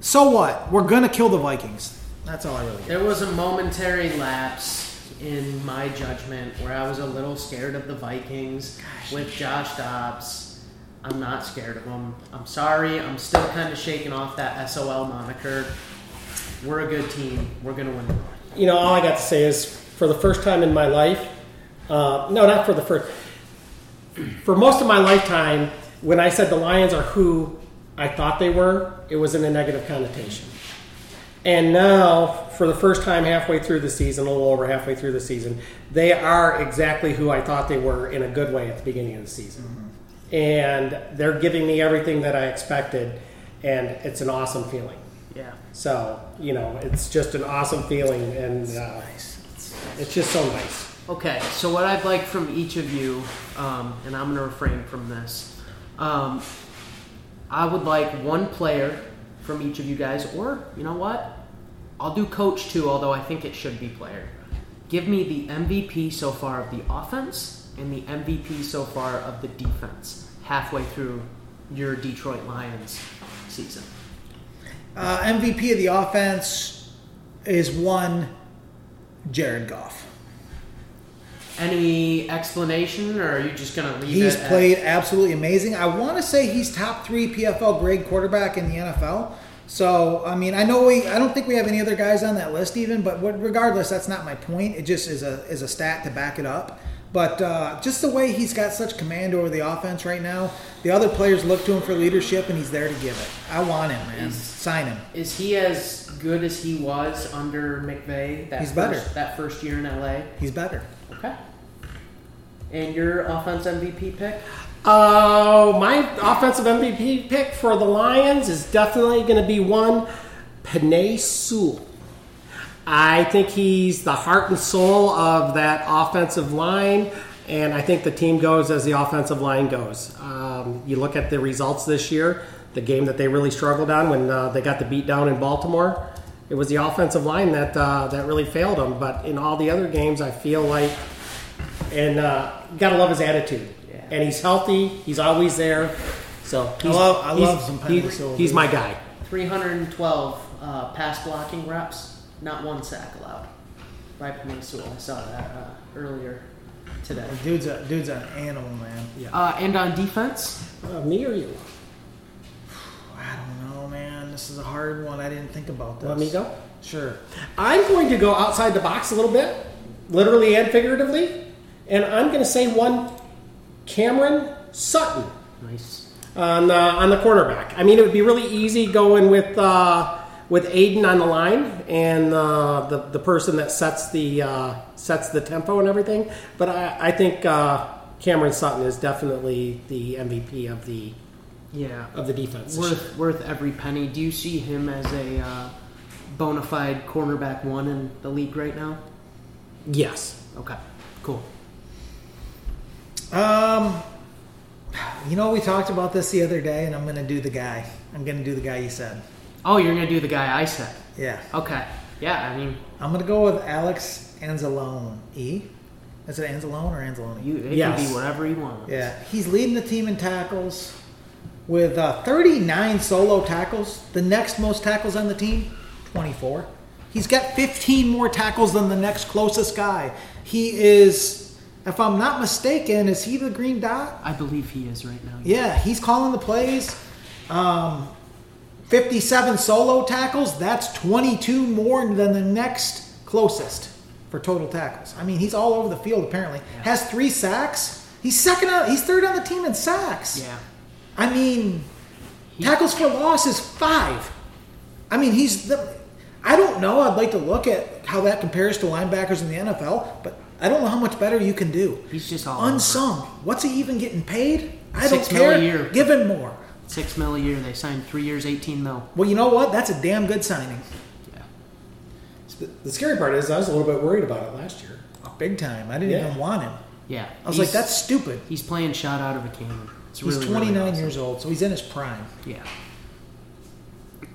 Speaker 1: so what? We're gonna kill the Vikings. That's all I really. Get.
Speaker 3: There was a momentary lapse in my judgment where I was a little scared of the Vikings with Josh Dobbs. I'm not scared of them. I'm sorry. I'm still kind of shaking off that SOL moniker. We're a good team. We're going to win the North.
Speaker 4: You know, all I got to say is, for the first time in my life, uh, no, not for the first. For most of my lifetime, when I said the Lions are who I thought they were, it was in a negative connotation. And now, for the first time halfway through the season, a little over halfway through the season, they are exactly who I thought they were in a good way at the beginning of the season. And they're giving me everything that I expected, and it's an awesome feeling.
Speaker 3: Yeah.
Speaker 4: So you know, it's just an awesome feeling, and uh, It's just so nice.
Speaker 3: Okay, so what I'd like from each of you, um, and I'm going to refrain from this, um, I would like one player from each of you guys, or you know what? I'll do coach too, although I think it should be player. Give me the MVP so far of the offense and the MVP so far of the defense halfway through your Detroit Lions season.
Speaker 1: Uh, MVP of the offense is one Jared Goff.
Speaker 3: Any explanation, or are you just going to leave
Speaker 1: He's
Speaker 3: it? at-
Speaker 1: played absolutely amazing. I want to say he's top three PFL grade quarterback in the NFL. So I mean, I know we, I don't think we have any other guys on that list even, but what, regardless, that's not my point. It just is a is a stat to back it up. But uh, just the way he's got such command over the offense right now, the other players look to him for leadership, and he's there to give it. I want him, man.
Speaker 3: He's-
Speaker 1: Sign him.
Speaker 3: Is he as good as he was under McVay? That
Speaker 1: He's
Speaker 3: first,
Speaker 1: better.
Speaker 3: That first year in LA.
Speaker 1: He's better.
Speaker 3: Okay. And your offense MVP pick?
Speaker 4: Uh, my offensive MVP pick for the Lions is definitely going to be one Panay Sewell. I think he's the heart and soul of that offensive line, and I think the team goes as the offensive line goes. Um, you look at the results this year, the game that they really struggled on when uh, they got the beat down in Baltimore. It was the offensive line that uh, that really failed them. But in all the other games, I feel like and uh, gotta love his attitude.
Speaker 3: Yeah.
Speaker 4: And he's healthy. He's always there. So he's,
Speaker 1: love- I
Speaker 4: he's-
Speaker 1: love some Penny
Speaker 4: he's,
Speaker 1: Sewell,
Speaker 4: he's
Speaker 1: dude.
Speaker 4: my guy.
Speaker 3: 312 uh, pass blocking reps, not one sack allowed by Panay Sewell. I saw that uh, earlier today.
Speaker 1: Dude's a dude's an animal, man.
Speaker 3: Uh, and on defense?
Speaker 4: Uh, me or you?
Speaker 1: I don't know, man. This is a hard one. I didn't think about this.
Speaker 4: Let me go.
Speaker 1: Sure.
Speaker 4: I'm going to go outside the box a little bit, literally and figuratively, and I'm going to say one Cameron Sutton
Speaker 3: Nice.
Speaker 4: on uh, on the cornerback. I mean, it would be really easy going with uh, with Aiden on the line and uh, the the person that sets the uh, sets the tempo and everything. But I, I think uh, Cameron Sutton is definitely the MVP of the
Speaker 3: Yeah. uh,
Speaker 4: of the defense.
Speaker 3: Worth worth every penny. Do you see him as a uh, bona fide cornerback one in the league right now?
Speaker 4: Yes,
Speaker 3: Okay. Cool.
Speaker 1: Um, you know, we talked about this the other day, and I'm gonna do the guy. I'm gonna do the guy you said.
Speaker 3: Oh, you're gonna do the guy I said.
Speaker 1: Yeah,
Speaker 3: Okay. Yeah, I mean,
Speaker 1: I'm gonna go with Alex Anzalone. E, is it Anzalone or Anzalone?
Speaker 3: you it can
Speaker 4: Yes.
Speaker 3: be whatever you want.
Speaker 1: yeah, he's leading the team in tackles with uh, 39 solo tackles. The next most tackles on the team, 24. He's got 15 more tackles than the next closest guy. He is, if I'm not mistaken, is he the green dot?
Speaker 3: I believe he is right now.
Speaker 1: Yeah, he's calling the plays. Um, 57 solo tackles. That's 22 more than the next closest for total tackles. I mean, he's all over the field apparently. Has three sacks. He's second. On, he's third on the team in sacks.
Speaker 3: Yeah.
Speaker 1: I mean, tackles for loss is five. I mean, he's the. I don't know. I'd like to look at how that compares to linebackers in the NFL, but I don't know how much better you can do.
Speaker 3: He's just all
Speaker 1: unsung. What's he even getting paid? I
Speaker 3: Oh. Six
Speaker 1: don't
Speaker 3: mil a
Speaker 1: care.
Speaker 3: year.
Speaker 1: Give him more.
Speaker 3: over. Six mil a year. They signed three years, eighteen mil.
Speaker 1: Well, you know what? That's a damn good signing.
Speaker 3: Yeah.
Speaker 4: the, the scary part is I was a little bit worried about it last year.
Speaker 1: Oh, Big time. I didn't
Speaker 4: Yeah.
Speaker 1: even want him.
Speaker 3: Yeah.
Speaker 1: I was like,
Speaker 3: He's-
Speaker 1: that's stupid.
Speaker 3: He's playing shot out of a cannon. It's
Speaker 1: He's
Speaker 3: really,
Speaker 1: 29
Speaker 3: really awesome.
Speaker 1: years old, so he's in his prime.
Speaker 3: Yeah.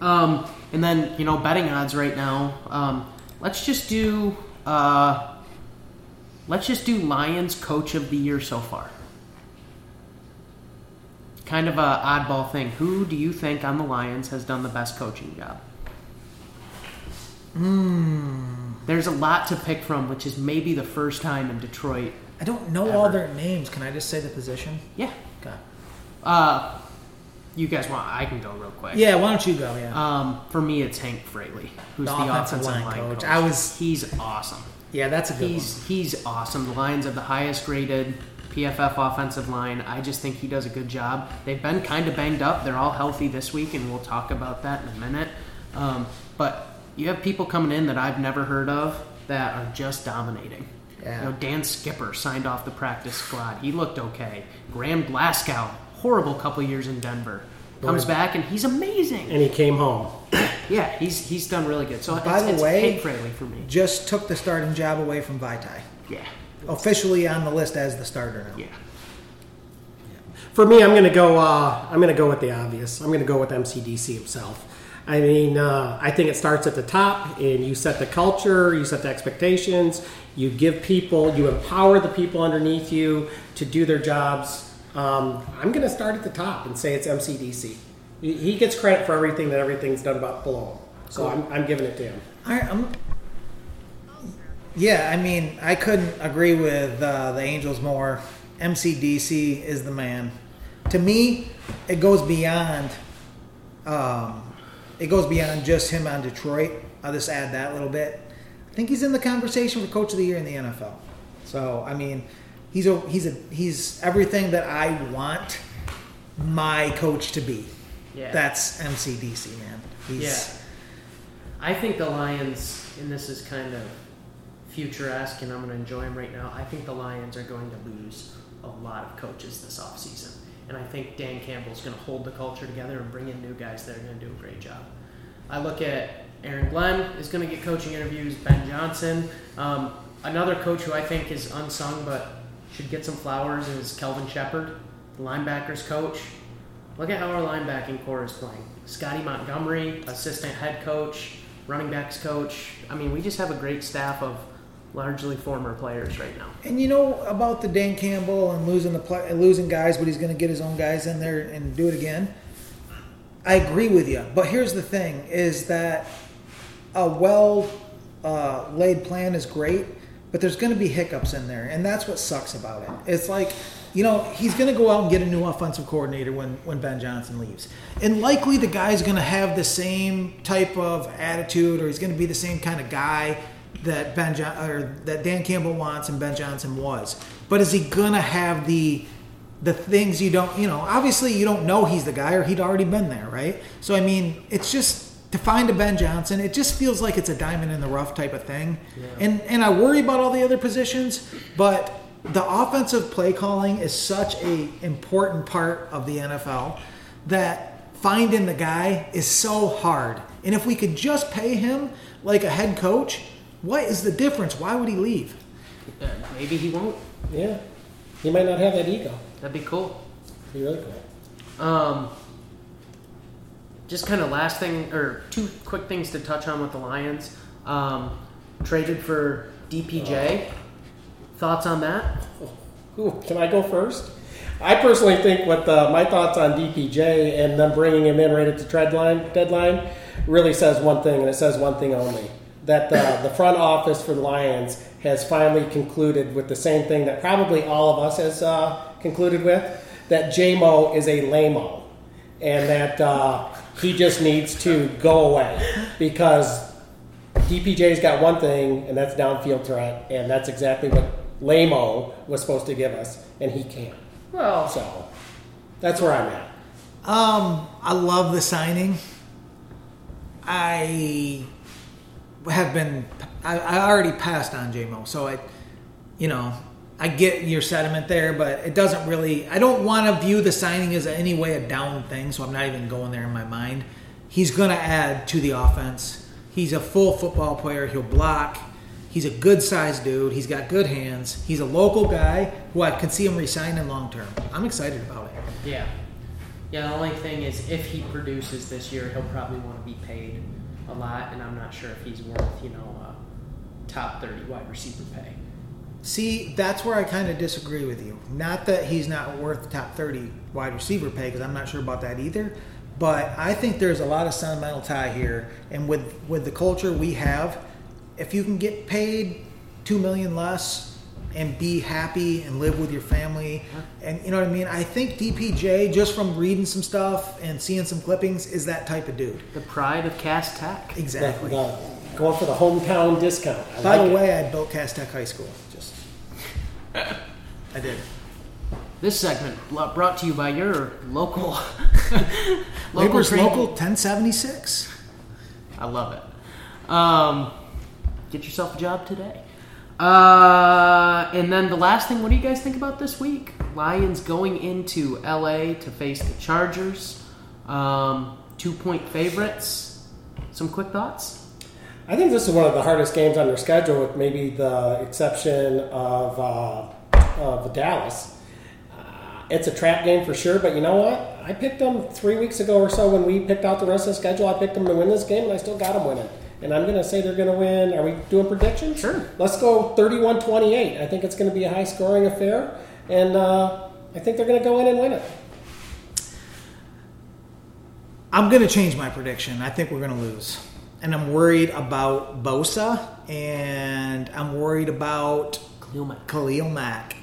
Speaker 3: Um, and then you know betting odds right now. Um, let's just do uh, let's just do Lions coach of the year so far. Kind of a oddball thing. Who do you think on the Lions has done the best coaching job? There's a lot to pick from, which is maybe the first time in Detroit.
Speaker 1: I don't know all
Speaker 3: Ever.
Speaker 1: their names. Can I just say the position?
Speaker 3: Yeah.
Speaker 1: Okay.
Speaker 3: Uh, you guys want? I can go real quick.
Speaker 1: Yeah, why don't you go? Yeah.
Speaker 3: Um, for me, it's Hank Fraley, who's
Speaker 1: The
Speaker 3: the,
Speaker 1: offensive
Speaker 3: offensive
Speaker 1: line
Speaker 3: line,
Speaker 1: coach.
Speaker 3: coach.
Speaker 1: I was-
Speaker 3: he's awesome.
Speaker 1: yeah, that's a good
Speaker 3: He's he's awesome. The Lions have the highest graded PFF offensive line. I just think he does a good job. They've been kind of banged up. They're all healthy this week, and we'll talk about that in a minute. Um, but you have people coming in that I've never heard of that are just dominating.
Speaker 1: Yeah.
Speaker 3: You know, Dan Skipper signed off the practice squad. He looked okay. Graham Glasgow, horrible couple years in Denver. comes back and he's amazing.
Speaker 4: and he came home.
Speaker 3: Yeah, he's he's done really good. So
Speaker 1: By
Speaker 3: it's,
Speaker 1: the
Speaker 3: it's
Speaker 1: way-
Speaker 3: kid friendly for me.
Speaker 1: Just took the starting job away from Vitae.
Speaker 3: Yeah,
Speaker 1: Officially on the list as the starter now.
Speaker 3: yeah.
Speaker 4: For me, I'm going to go. Uh, I'm going to go with the obvious. I'm going to go with MCDC himself. I mean, uh, I think it starts at the top, and you set the culture, you set the expectations, you give people, you empower the people underneath you to do their jobs. Um, I'm going to start at the top and say it's MCDC. He- He gets credit for everything that everything's done about below him, so I'm, I'm giving it to him.
Speaker 1: I, I'm, yeah, I mean, I couldn't agree with uh, the Angels more. MCDC is the man. To me, it goes beyond. Um, it goes beyond just him on Detroit. I'll just add that a little bit. I think he's in the conversation for Coach of the Year in the NFL. So I mean, he's a he's a he's everything that I want my coach to be.
Speaker 3: Yeah.
Speaker 1: That's MCDC, man. He's,
Speaker 3: Yeah. I think the Lions, and this is kind of futuresque, and I'm going to enjoy them right now. I think the Lions are going to lose a lot of coaches this offseason. And I think Dan Campbell's going to hold the culture together and bring in new guys that are going to do a great job. I look at Aaron Glenn is going to get coaching interviews, Ben Johnson. Um, another coach who I think is unsung but should get some flowers is Kelvin Shepard, the linebackers coach. Look at how our linebacking core is playing. Scotty Montgomery, assistant head coach, running backs coach. I mean, we just have a great staff of largely former players right now.
Speaker 1: And you know about the Dan Campbell and losing the play, losing guys, but he's going to get his own guys in there and do it again. I agree with you, but here's the thing: is that a well uh, laid plan is great, but there's going to be hiccups in there, and that's what sucks about it. It's like, you know, he's going to go out and get a new offensive coordinator when when Ben Johnson leaves, and likely the guy's going to have the same type of attitude, or he's going to be the same kind of guy that Ben jo- or that Dan Campbell wants and Ben Johnson was. But is he going to have the the things you don't, you know, obviously you don't know he's the guy or he'd already been there, right? So I mean, it's just to find a Ben Johnson, it just feels like it's a diamond in the rough type of thing. And and I worry about all the other positions, but the offensive play calling is such a important part of the NFL that finding the guy is so hard. And if we could just pay him like a head coach, what is the difference? Why would he leave?
Speaker 3: Uh, maybe he won't.
Speaker 4: Yeah, he might not have that ego.
Speaker 3: That'd be cool.
Speaker 4: He really cool.
Speaker 3: Um, just kind of last thing, or two quick things to touch on with the Lions. Um, traded for DPJ. Thoughts on that?
Speaker 4: Ooh, can I go first? I personally think what the, my thoughts on DPJ and them bringing him in right at the deadline deadline really says one thing, and it says one thing only: that the, the front office for the Lions has finally concluded with the same thing that probably all of us has uh, concluded with: that JMO is a lameo, and that uh, he just needs to go away because DPJ's E got one thing, and that's downfield threat, and that's exactly what Lamo was supposed to give us, and he can't.
Speaker 3: Well,
Speaker 4: So that's where I'm at.
Speaker 1: Um, I love the signing. I have been. I, I already passed on JMO, so I, you know, I get your sentiment there, but it doesn't really. I don't want to view the signing as any way a down thing, so I'm not even going there in my mind. He's going to add to the offense. He's a full football player. He'll block. He's a good sized dude. He's got good hands. He's a local guy who I can see him resigning long term. I'm excited about it.
Speaker 3: Yeah. Yeah, the only thing is if he produces this year, he'll probably want to be paid a lot, and I'm not sure if he's worth, you know, uh, top 30 wide receiver pay.
Speaker 1: See, that's where I kind of disagree with you. Not that he's not worth the top 30 wide receiver pay, because I'm not sure about that either. But I think there's a lot of sentimental tie here, and with with the culture we have, if you can get paid two million less and be happy and live with your family, and you know what I mean, I think DPJ just from reading some stuff and seeing some clippings is that type of dude.
Speaker 3: The pride of Cast Tech.
Speaker 1: Exactly.
Speaker 4: The- the- uh, going for the hometown discount. I
Speaker 1: By
Speaker 4: like
Speaker 1: the
Speaker 4: it.
Speaker 1: way, I built Cast Tech High School. Just I did.
Speaker 3: This segment bl- brought to you by your local. local,
Speaker 1: Labor's
Speaker 3: training-
Speaker 1: local 1076.
Speaker 3: I love it. Um, get yourself a job today. Uh, and then the last thing, what do you guys think about this week? Lions going into LA to face the Chargers. Um, two point favorites. Some quick thoughts.
Speaker 4: I think this is one of the hardest games on their schedule, with maybe the exception of uh, of Dallas. Uh, It's a trap game for sure, but you know what? I picked them three weeks ago or so when we picked out the rest of the schedule. I picked them to win this game, and I still got them winning. And I'm going to say they're going to win. Are we doing predictions?
Speaker 3: Sure.
Speaker 4: Let's go 31 28. I think it's going to be a high scoring affair, and uh, I think they're going to go in and win it.
Speaker 1: I'm going to change my prediction. I think we're going to lose. And I'm worried about Bosa and I'm worried about
Speaker 3: Kaluma.
Speaker 1: Khalil Mack.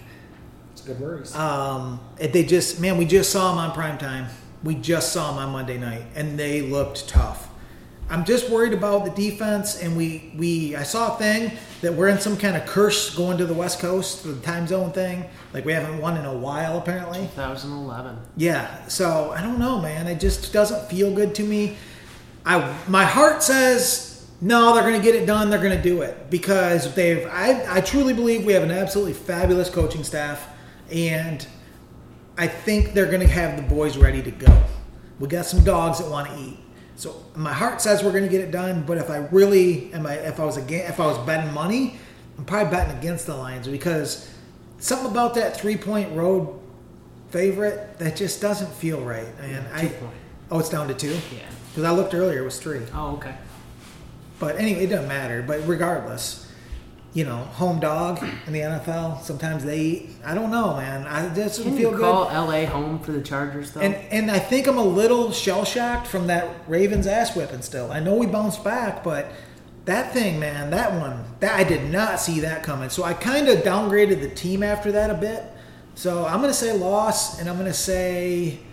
Speaker 4: It's good worries.
Speaker 1: Um, if they just, man, we just saw him on primetime. We just saw him on Monday night and they looked tough. I'm just worried about the defense and we, we I saw a thing that we're in some kind of curse going to the West Coast, the time zone thing. Like we haven't won in a while apparently.
Speaker 3: 2011.
Speaker 1: Yeah, so I don't know, man. It just doesn't feel good to me. I my heart says no, they're going to get it done. They're going to do it because they've. I I truly believe we have an absolutely fabulous coaching staff, and I think they're going to have the boys ready to go. We got some dogs that want to eat. So my heart says we're going to get it done, but if I really am, I, if I was again, if I was betting money, I'm probably betting against the Lions because something about that three point road favorite that just doesn't feel right. And I,
Speaker 3: point.
Speaker 1: oh, it's down to two.
Speaker 3: Yeah.
Speaker 1: Because I looked earlier, it was three.
Speaker 3: Oh, okay.
Speaker 1: But anyway, it doesn't matter. But regardless, you know, home dog in the NFL, sometimes they eat. I don't know, man. I it doesn't
Speaker 3: Can
Speaker 1: feel
Speaker 3: you
Speaker 1: good.
Speaker 3: call LA home for the Chargers though?
Speaker 1: And and I think I'm a little shell shocked from that Ravens ass whipping. Still, I know we bounced back, but that thing, man, that one, that I did not see that coming. So I kind of downgraded the team after that a bit. So I'm gonna say loss, and I'm gonna say.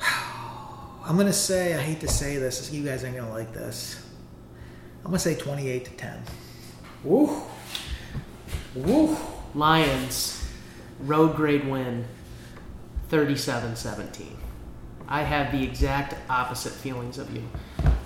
Speaker 1: I'm gonna say I hate to say this. You guys aren't gonna like this. I'm gonna say 28 to 10.
Speaker 4: Woo. Woo.
Speaker 3: Lions road grade win 37-17. I have the exact opposite feelings of you.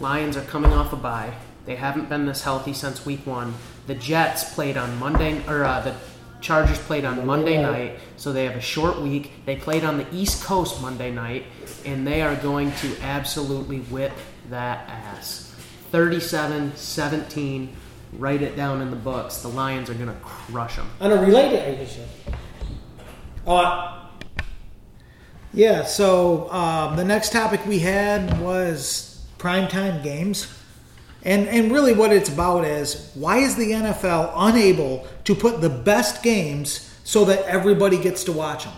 Speaker 3: Lions are coming off a bye. They haven't been this healthy since week 1. The Jets played on Monday or uh, the Chargers played on Monday night, so they have a short week. They played on the East Coast Monday night and they are going to absolutely whip that ass. 37-17. Write it down in the books. The Lions are going to crush them.
Speaker 4: On a related issue. Uh,
Speaker 1: Yeah, so um, the next topic we had was primetime games. And, and really, what it's about is why is the NFL unable to put the best games so that everybody gets to watch them?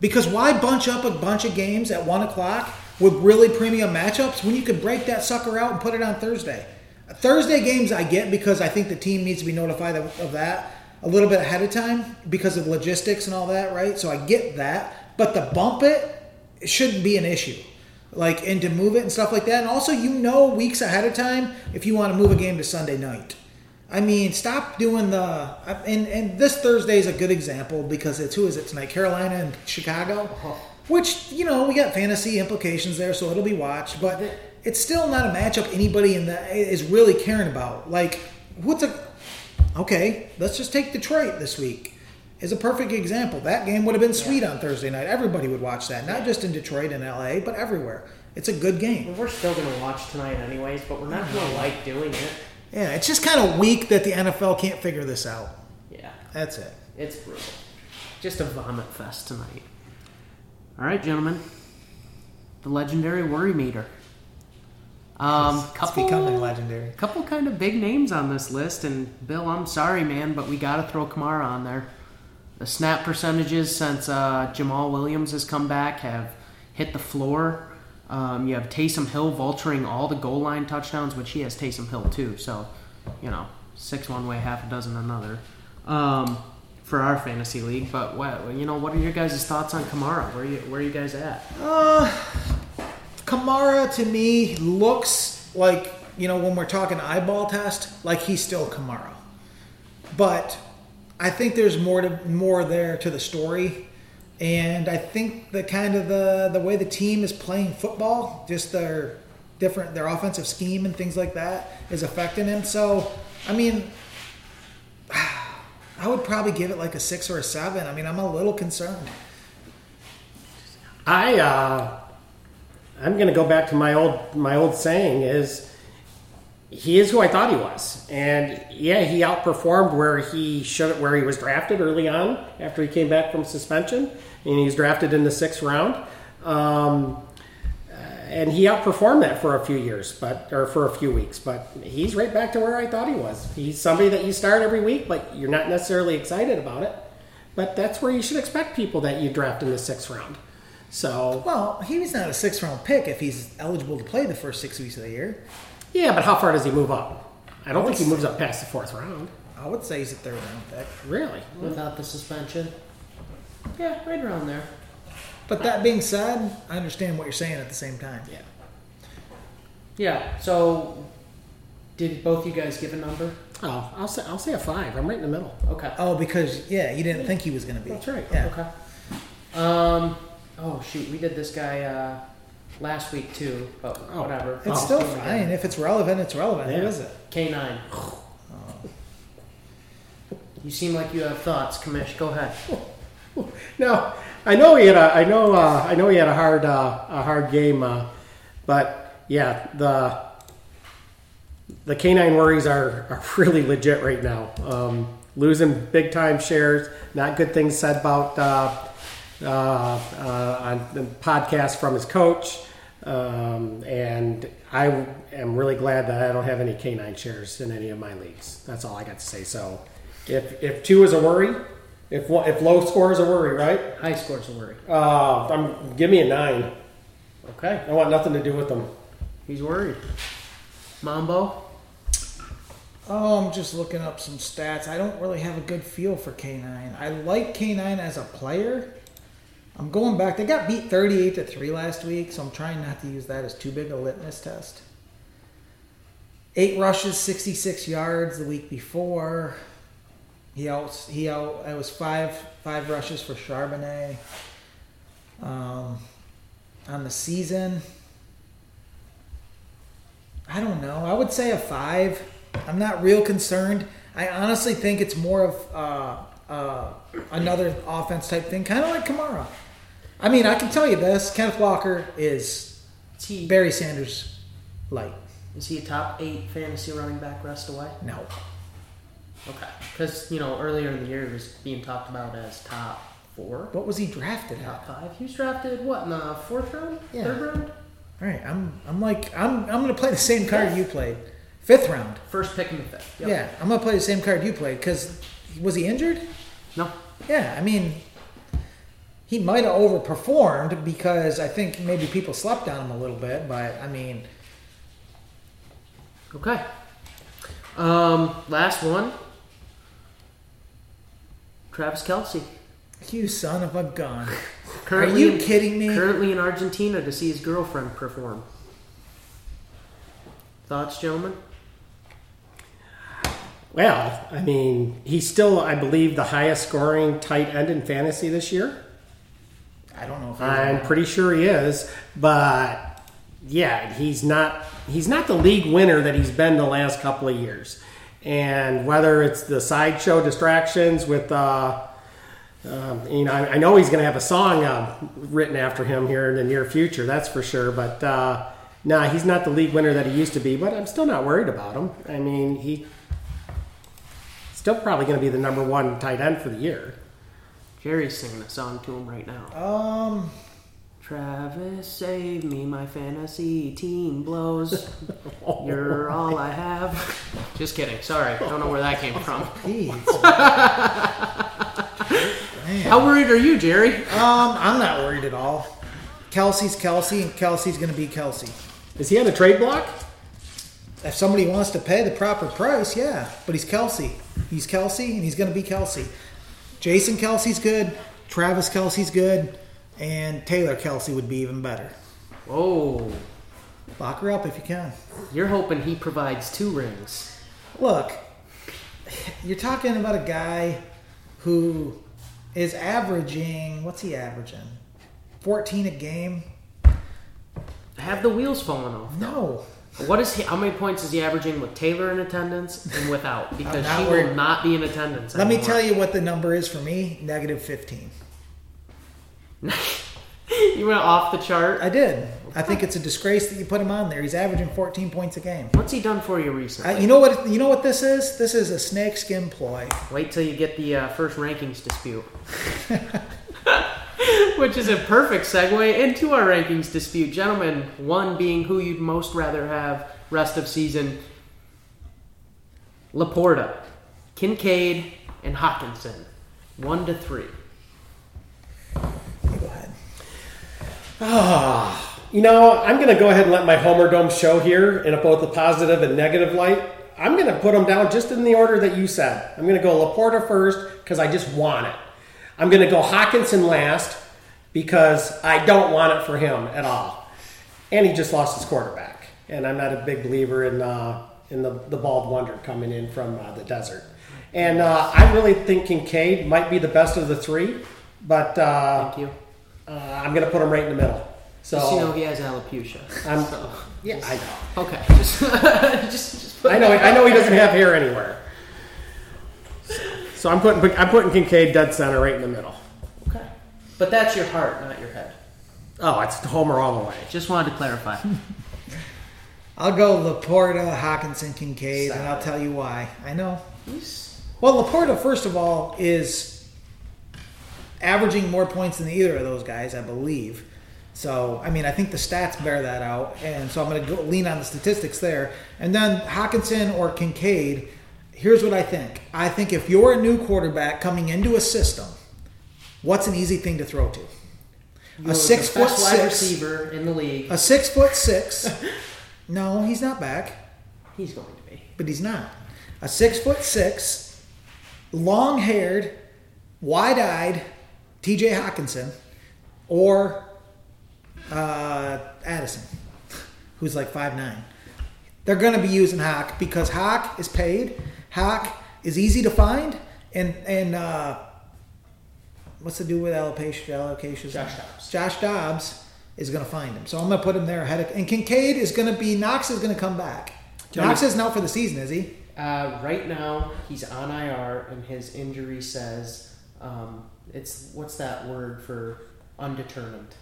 Speaker 1: Because why bunch up a bunch of games at 1 o'clock with really premium matchups when you could break that sucker out and put it on Thursday? Thursday games I get because I think the team needs to be notified of, of that a little bit ahead of time because of logistics and all that, right? So I get that, but to bump it, it shouldn't be an issue. Like and to move it and stuff like that. And also, you know, weeks ahead of time if you want to move a game to Sunday night. I mean, stop doing the I- and and this Thursday is a good example because it's who is it tonight? Carolina and Chicago, which you know we got fantasy implications there, so it'll be watched. But it's still not a matchup anybody in the is really caring about. Like, what's a okay, let's just take Detroit this week is a perfect example. That game would have been sweet on Thursday night. Everybody would watch that, not just in Detroit and LA, but everywhere. It's a good game.
Speaker 3: We're still gonna watch tonight anyways, but we're not gonna like doing it.
Speaker 1: Yeah, it's just kind of weak that the NFL can't figure this out.
Speaker 3: Yeah,
Speaker 1: That's it.
Speaker 3: it's brutal. Just a vomit fest tonight. All right, gentlemen. The legendary worry meter. Um, couple,
Speaker 1: It's becoming legendary.
Speaker 3: couple kind of big names on this list, and Bill, I'm sorry, man, but we gotta throw Kamara on there. The snap percentages since uh, Jamal Williams has come back have hit the floor. Um, you have Taysom Hill vulturing all the goal line touchdowns, which he has Taysom Hill too. So, you know, six one way, half a dozen another um, for our fantasy league. But what you know, what are your guys' thoughts on Kamara? Where you where are you guys at?
Speaker 1: Kamara to me looks like, you know, when we're talking eyeball test, like he's still Kamara. But I think there's more to more there to the story. And I think the kind of the the way the team is playing football, just their different their offensive scheme and things like that is affecting him. So, I mean, I would probably give it like a 6 or a 7. I mean, I'm a little concerned.
Speaker 4: I uh, I'm going to go back to my old my old saying is he is who I thought he was, and yeah, he outperformed where he should where he was drafted early on after he came back from suspension, and he was drafted in the sixth round. Um, and he outperformed that for a few years, but or for a few weeks. But he's right back to where I thought he was. He's somebody that you start every week, but you're not necessarily excited about it. But that's where you should expect people that you draft in the sixth round. So
Speaker 1: Well, he was not a six round pick if he's eligible to play the first six weeks of the year.
Speaker 4: yeah, but how far does he move up? I don't think he moves up past the fourth round.
Speaker 1: I would say he's a third round pick.
Speaker 4: Really?
Speaker 3: without the suspension. Yeah, right around there.
Speaker 1: But that being said, I understand what you're saying at the same time.
Speaker 4: Yeah.
Speaker 3: Yeah. So, did both you guys give a number?
Speaker 4: Oh, I'll say I'll say a five. I'm right in the middle.
Speaker 3: Okay.
Speaker 1: Oh, because yeah, you didn't think he was going to be.
Speaker 4: That's right.
Speaker 1: Yeah.
Speaker 3: Okay. Um. Oh shoot, we did this guy uh, last week too, but
Speaker 4: Oh.
Speaker 3: whatever.
Speaker 1: It's still fine if it's relevant. It's relevant. Who
Speaker 4: Yeah.
Speaker 1: is it?
Speaker 3: K nine. You seem like you have thoughts, Kamish. Go ahead.
Speaker 4: No, I know he had a I know uh, I know he had a hard uh, a hard game, uh, but yeah the the canine worries are, are really legit right now. Um, losing big time shares, not good things said about uh, uh, uh, on the podcast from his coach. Um, and I am really glad that I don't have any canine shares in any of my leagues. That's all I got to say. So if, if two is a worry, if, one- if low score is a worry, right?
Speaker 3: High scores a worry.
Speaker 4: Uh, I'm, give me a nine.
Speaker 3: Okay.
Speaker 4: I want nothing to do with them.
Speaker 3: He's worried. Mambo.
Speaker 1: Oh, I'm just looking up some stats. I don't really have a good feel for K9. I like K9 as a player. I'm going back. They got beat 38 to 3 last week, so I'm trying not to use that as too big a litmus test. Eight rushes, 66 yards the week before. He out he out it was five five rushes for Charbonnet. Um, on the season. I don't know. I would say a five. I'm not real concerned. I honestly think it's more of uh, uh, another offense type thing, kind of like Kamara. I mean, I can tell you this: Kenneth Walker is
Speaker 3: Is he,
Speaker 1: Barry Sanders light.
Speaker 3: is he a top eight fantasy running back rest away?
Speaker 1: No,
Speaker 3: Okay. Because, you know, earlier in the year, he was being talked about as top four,
Speaker 1: what was he drafted at?
Speaker 3: top five. He was drafted, what, in the fourth round?
Speaker 1: Yeah.
Speaker 3: Third round?
Speaker 1: All right, I'm I'm like I'm I'm gonna play the same card you played, fifth round.
Speaker 3: First pick in the fifth. Yep.
Speaker 1: Yeah, I'm gonna play the same card you played because was he injured?
Speaker 3: No.
Speaker 1: Yeah, I mean, he might have overperformed because I think maybe people slept on him a little bit, but I mean,
Speaker 3: Okay. Um, last one. Travis Kelsey.
Speaker 1: you son of a gun. Are
Speaker 3: Currently
Speaker 1: you
Speaker 3: in-
Speaker 1: kidding me?
Speaker 3: Currently in Argentina to see his girlfriend perform. Thoughts, gentlemen?
Speaker 4: Well, I mean, he's still, I believe, the highest scoring tight end in fantasy this year.
Speaker 1: I don't know if
Speaker 4: I'm pretty sure he is, but yeah, he's not. He's not the league winner that he's been the last couple of years. And whether it's the sideshow distractions with, uh, um, you know, I, I know he's going to have a song um, written after him here in the near future. That's for sure. But uh, nah, he's not the league winner that he used to be. But I'm still not worried about him. I mean, he still probably going to be the number one tight end for the year.
Speaker 3: Jerry's singing a song to him right now.
Speaker 1: Um,
Speaker 3: Travis, save me, my fantasy team blows. You're all I have. Just kidding. Sorry. Don't know where that came from.
Speaker 1: geez. um,
Speaker 3: How worried are you, Jerry?
Speaker 1: Um, I'm not worried at all. Kelsey's Kelsey, and Kelsey's going to be Kelsey.
Speaker 4: Is he on the trade block?
Speaker 1: If somebody wants to pay the proper price, yeah, but he's Kelsey. He's Kelsey, and he's going to be Kelsey. Jason Kelsey's good. Travis Kelsey's good. And Taylor Kelsey would be even better.
Speaker 3: Oh,
Speaker 1: Lock her up if you can.
Speaker 3: you're hoping he provides two rings.
Speaker 1: Look, you're talking about a guy who is averaging, what's he averaging? 14 a game?
Speaker 3: Have the wheels fallen off.
Speaker 1: No.
Speaker 3: What is he? How many points is he averaging with Taylor in attendance and without? Because
Speaker 1: not
Speaker 3: she will
Speaker 1: worried.
Speaker 3: not be in attendance.
Speaker 1: Let me tell you what the number is for me negative 15.
Speaker 3: you. You went off the chart.
Speaker 1: I did. I think it's a disgrace that you put him on there. He's averaging 14 points a game.
Speaker 3: What's he done for you recently?
Speaker 1: Uh, you know what? You know what this is? This is a snakeskin ploy.
Speaker 3: Wait till you get the uh, first rankings dispute. Which is a perfect segue into our rankings dispute. Gentlemen, one being who you'd most rather have rest of season Laporta, Kincaid, and Hawkinson. One to three.
Speaker 1: Go ahead.
Speaker 4: You know, I'm going to go ahead and let my Homer Dome show here in both the positive and negative light. I'm going to put them down just in the order that you said. I'm going to go Laporta first because I just want it. I'm going to go Hawkinson last because I don't want it for him at all. And he just lost his quarterback. And I'm not a big believer in uh, in the, the bald wonder coming in from uh, the desert. And uh, I really think Kincaid might be the best of the three, but uh,
Speaker 3: Thank you.
Speaker 4: uh, I'm going to put him right in the middle. So
Speaker 3: Just, you know, he has alopecia.
Speaker 4: I'm-
Speaker 3: so,
Speaker 4: Um, yeah, I know.
Speaker 3: okay. Just, just, just put
Speaker 4: I know. I know he doesn't have hair anywhere. So I'm putting I'm putting Kincaid dead center right in the middle.
Speaker 3: Okay. But that's your heart, not your head.
Speaker 4: Oh, it's Homer all the way.
Speaker 3: Just wanted to clarify.
Speaker 1: I'll go Laporta, Hawkinson, Kincaid, and I'll tell you why. I know. Well, Laporta, first of all, is averaging more points than either of those guys, I believe. So, I mean, I think the stats bear that out, and so I'm going to lean on the statistics there. And then Hawkinson or Kincaid, here's what I think. I think if you're a new quarterback coming into a system, what's an easy thing to throw to?
Speaker 3: You're
Speaker 1: six
Speaker 3: the best
Speaker 1: foot
Speaker 3: wide
Speaker 1: six.
Speaker 3: receiver in the league.
Speaker 1: A six foot six. No, he's not back.
Speaker 3: He's going to be.
Speaker 1: but he's not. A six foot six, long haired, wide eyed TJ Hawkinson or uh, Addison, who's like five nine. They're going to be using Hawk because Hawk is paid, Hawk is easy to find, and, and uh, what's to do with allocation? allocations?
Speaker 4: Josh Dobbs.
Speaker 1: Josh Dobbs is going to find him. So I'm going to put him there ahead of. And Kincaid is going to be. Knox is going to come back.
Speaker 4: Johnny-
Speaker 1: Knox isn't out for the season, is he?
Speaker 3: Uh, right now, he's on IR, and his injury says um, it's what's that word for undetermined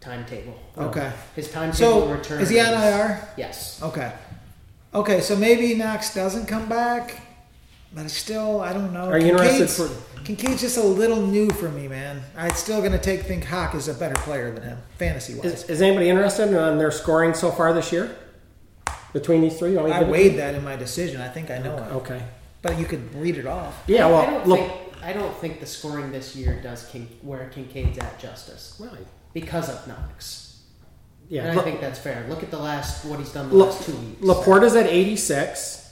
Speaker 3: timetable.
Speaker 1: Okay.
Speaker 3: His timetable
Speaker 1: So,
Speaker 3: return
Speaker 1: is he on
Speaker 3: is-
Speaker 1: IR?
Speaker 3: Yes.
Speaker 1: Okay. Okay, so maybe Knox doesn't come back, but it's still, I don't know.
Speaker 4: Are you interested
Speaker 1: Kincaid's-
Speaker 4: for-
Speaker 1: Kincaid's just a little new for me, man. I'm still going to take think Hawk is a better player than him, fantasy
Speaker 4: Is,
Speaker 1: wise.
Speaker 4: is anybody interested on their scoring so far this year between these three? You want me to
Speaker 1: I
Speaker 4: give it-
Speaker 1: weighed that in my decision. I think I know it.
Speaker 4: Okay.
Speaker 1: But you could read it off.
Speaker 4: Yeah.
Speaker 3: I
Speaker 4: Well,
Speaker 3: don't
Speaker 4: look.
Speaker 3: think I don't think the scoring this year does King, where Kincaid's at justice
Speaker 4: Well,
Speaker 3: because of Knox.
Speaker 4: yeah.
Speaker 3: and I
Speaker 4: Look,
Speaker 3: think that's fair. Look at the last what he's done the
Speaker 4: La-
Speaker 3: last two weeks.
Speaker 4: Laporta's at 86,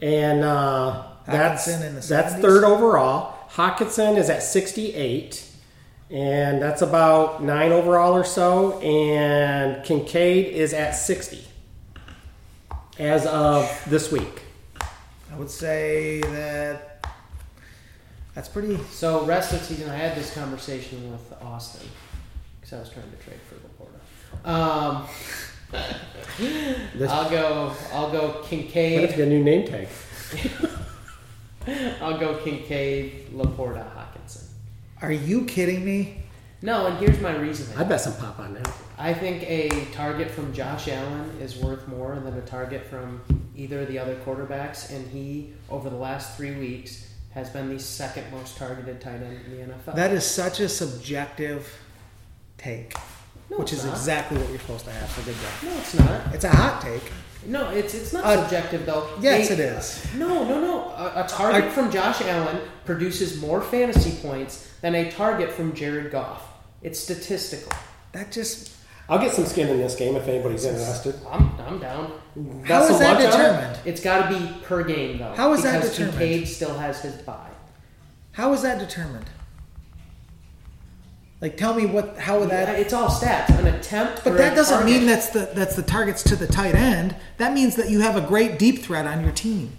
Speaker 4: and uh, that's
Speaker 1: Hawkinson in the
Speaker 4: that's
Speaker 1: 70s?
Speaker 4: third overall. Hawkinson is at 68, and that's about nine overall or so. And Kincaid is at 60 as of this week.
Speaker 1: I would say that that's pretty.
Speaker 3: So rest of season, I had this conversation with Austin because I was trying to trade for Laporta. Um,
Speaker 4: This-
Speaker 3: I'll go. I'll go
Speaker 4: I have to
Speaker 3: Kincaid.
Speaker 4: get a new name tag.
Speaker 3: I'll go Kincaid, Laporta, Hawkinson.
Speaker 1: Are you kidding me?
Speaker 3: No, and here's my reasoning.
Speaker 4: I bet some pop on that.
Speaker 3: I think a target from Josh Allen is worth more than a target from either of the other quarterbacks, and he over the last three weeks has been the second most targeted tight end in the NFL.
Speaker 1: That is such a subjective take,
Speaker 3: No,
Speaker 1: which
Speaker 3: it's
Speaker 1: is
Speaker 3: not.
Speaker 1: exactly what you're supposed to have for good guy.
Speaker 3: no, it's not.
Speaker 1: It's a hot take.
Speaker 3: No, it's it's not
Speaker 1: Uh,
Speaker 3: subjective though.
Speaker 1: Yes,
Speaker 3: They-
Speaker 1: it is.
Speaker 3: No, no, no. A, a target
Speaker 1: I-
Speaker 3: from Josh Allen produces more fantasy points than a target from Jared Goff. It's statistical.
Speaker 1: That just
Speaker 4: I'll get some skin in this game if anybody's interested.
Speaker 3: I'm, I'm down.
Speaker 1: How
Speaker 4: That's
Speaker 1: is
Speaker 4: a
Speaker 1: that
Speaker 4: watch-out.
Speaker 1: determined?
Speaker 3: It's got to be per game though.
Speaker 1: How is that
Speaker 3: because
Speaker 1: determined?
Speaker 3: Kincaid still has his bye.
Speaker 1: How is that determined? Like, tell me what? How would
Speaker 3: Yeah,
Speaker 1: that?
Speaker 3: it's all stats. An attempt,
Speaker 1: But
Speaker 3: or
Speaker 1: that
Speaker 3: a
Speaker 1: doesn't
Speaker 3: target.
Speaker 1: mean that's the that's the targets to the tight end. That means that you have a great deep threat on your team.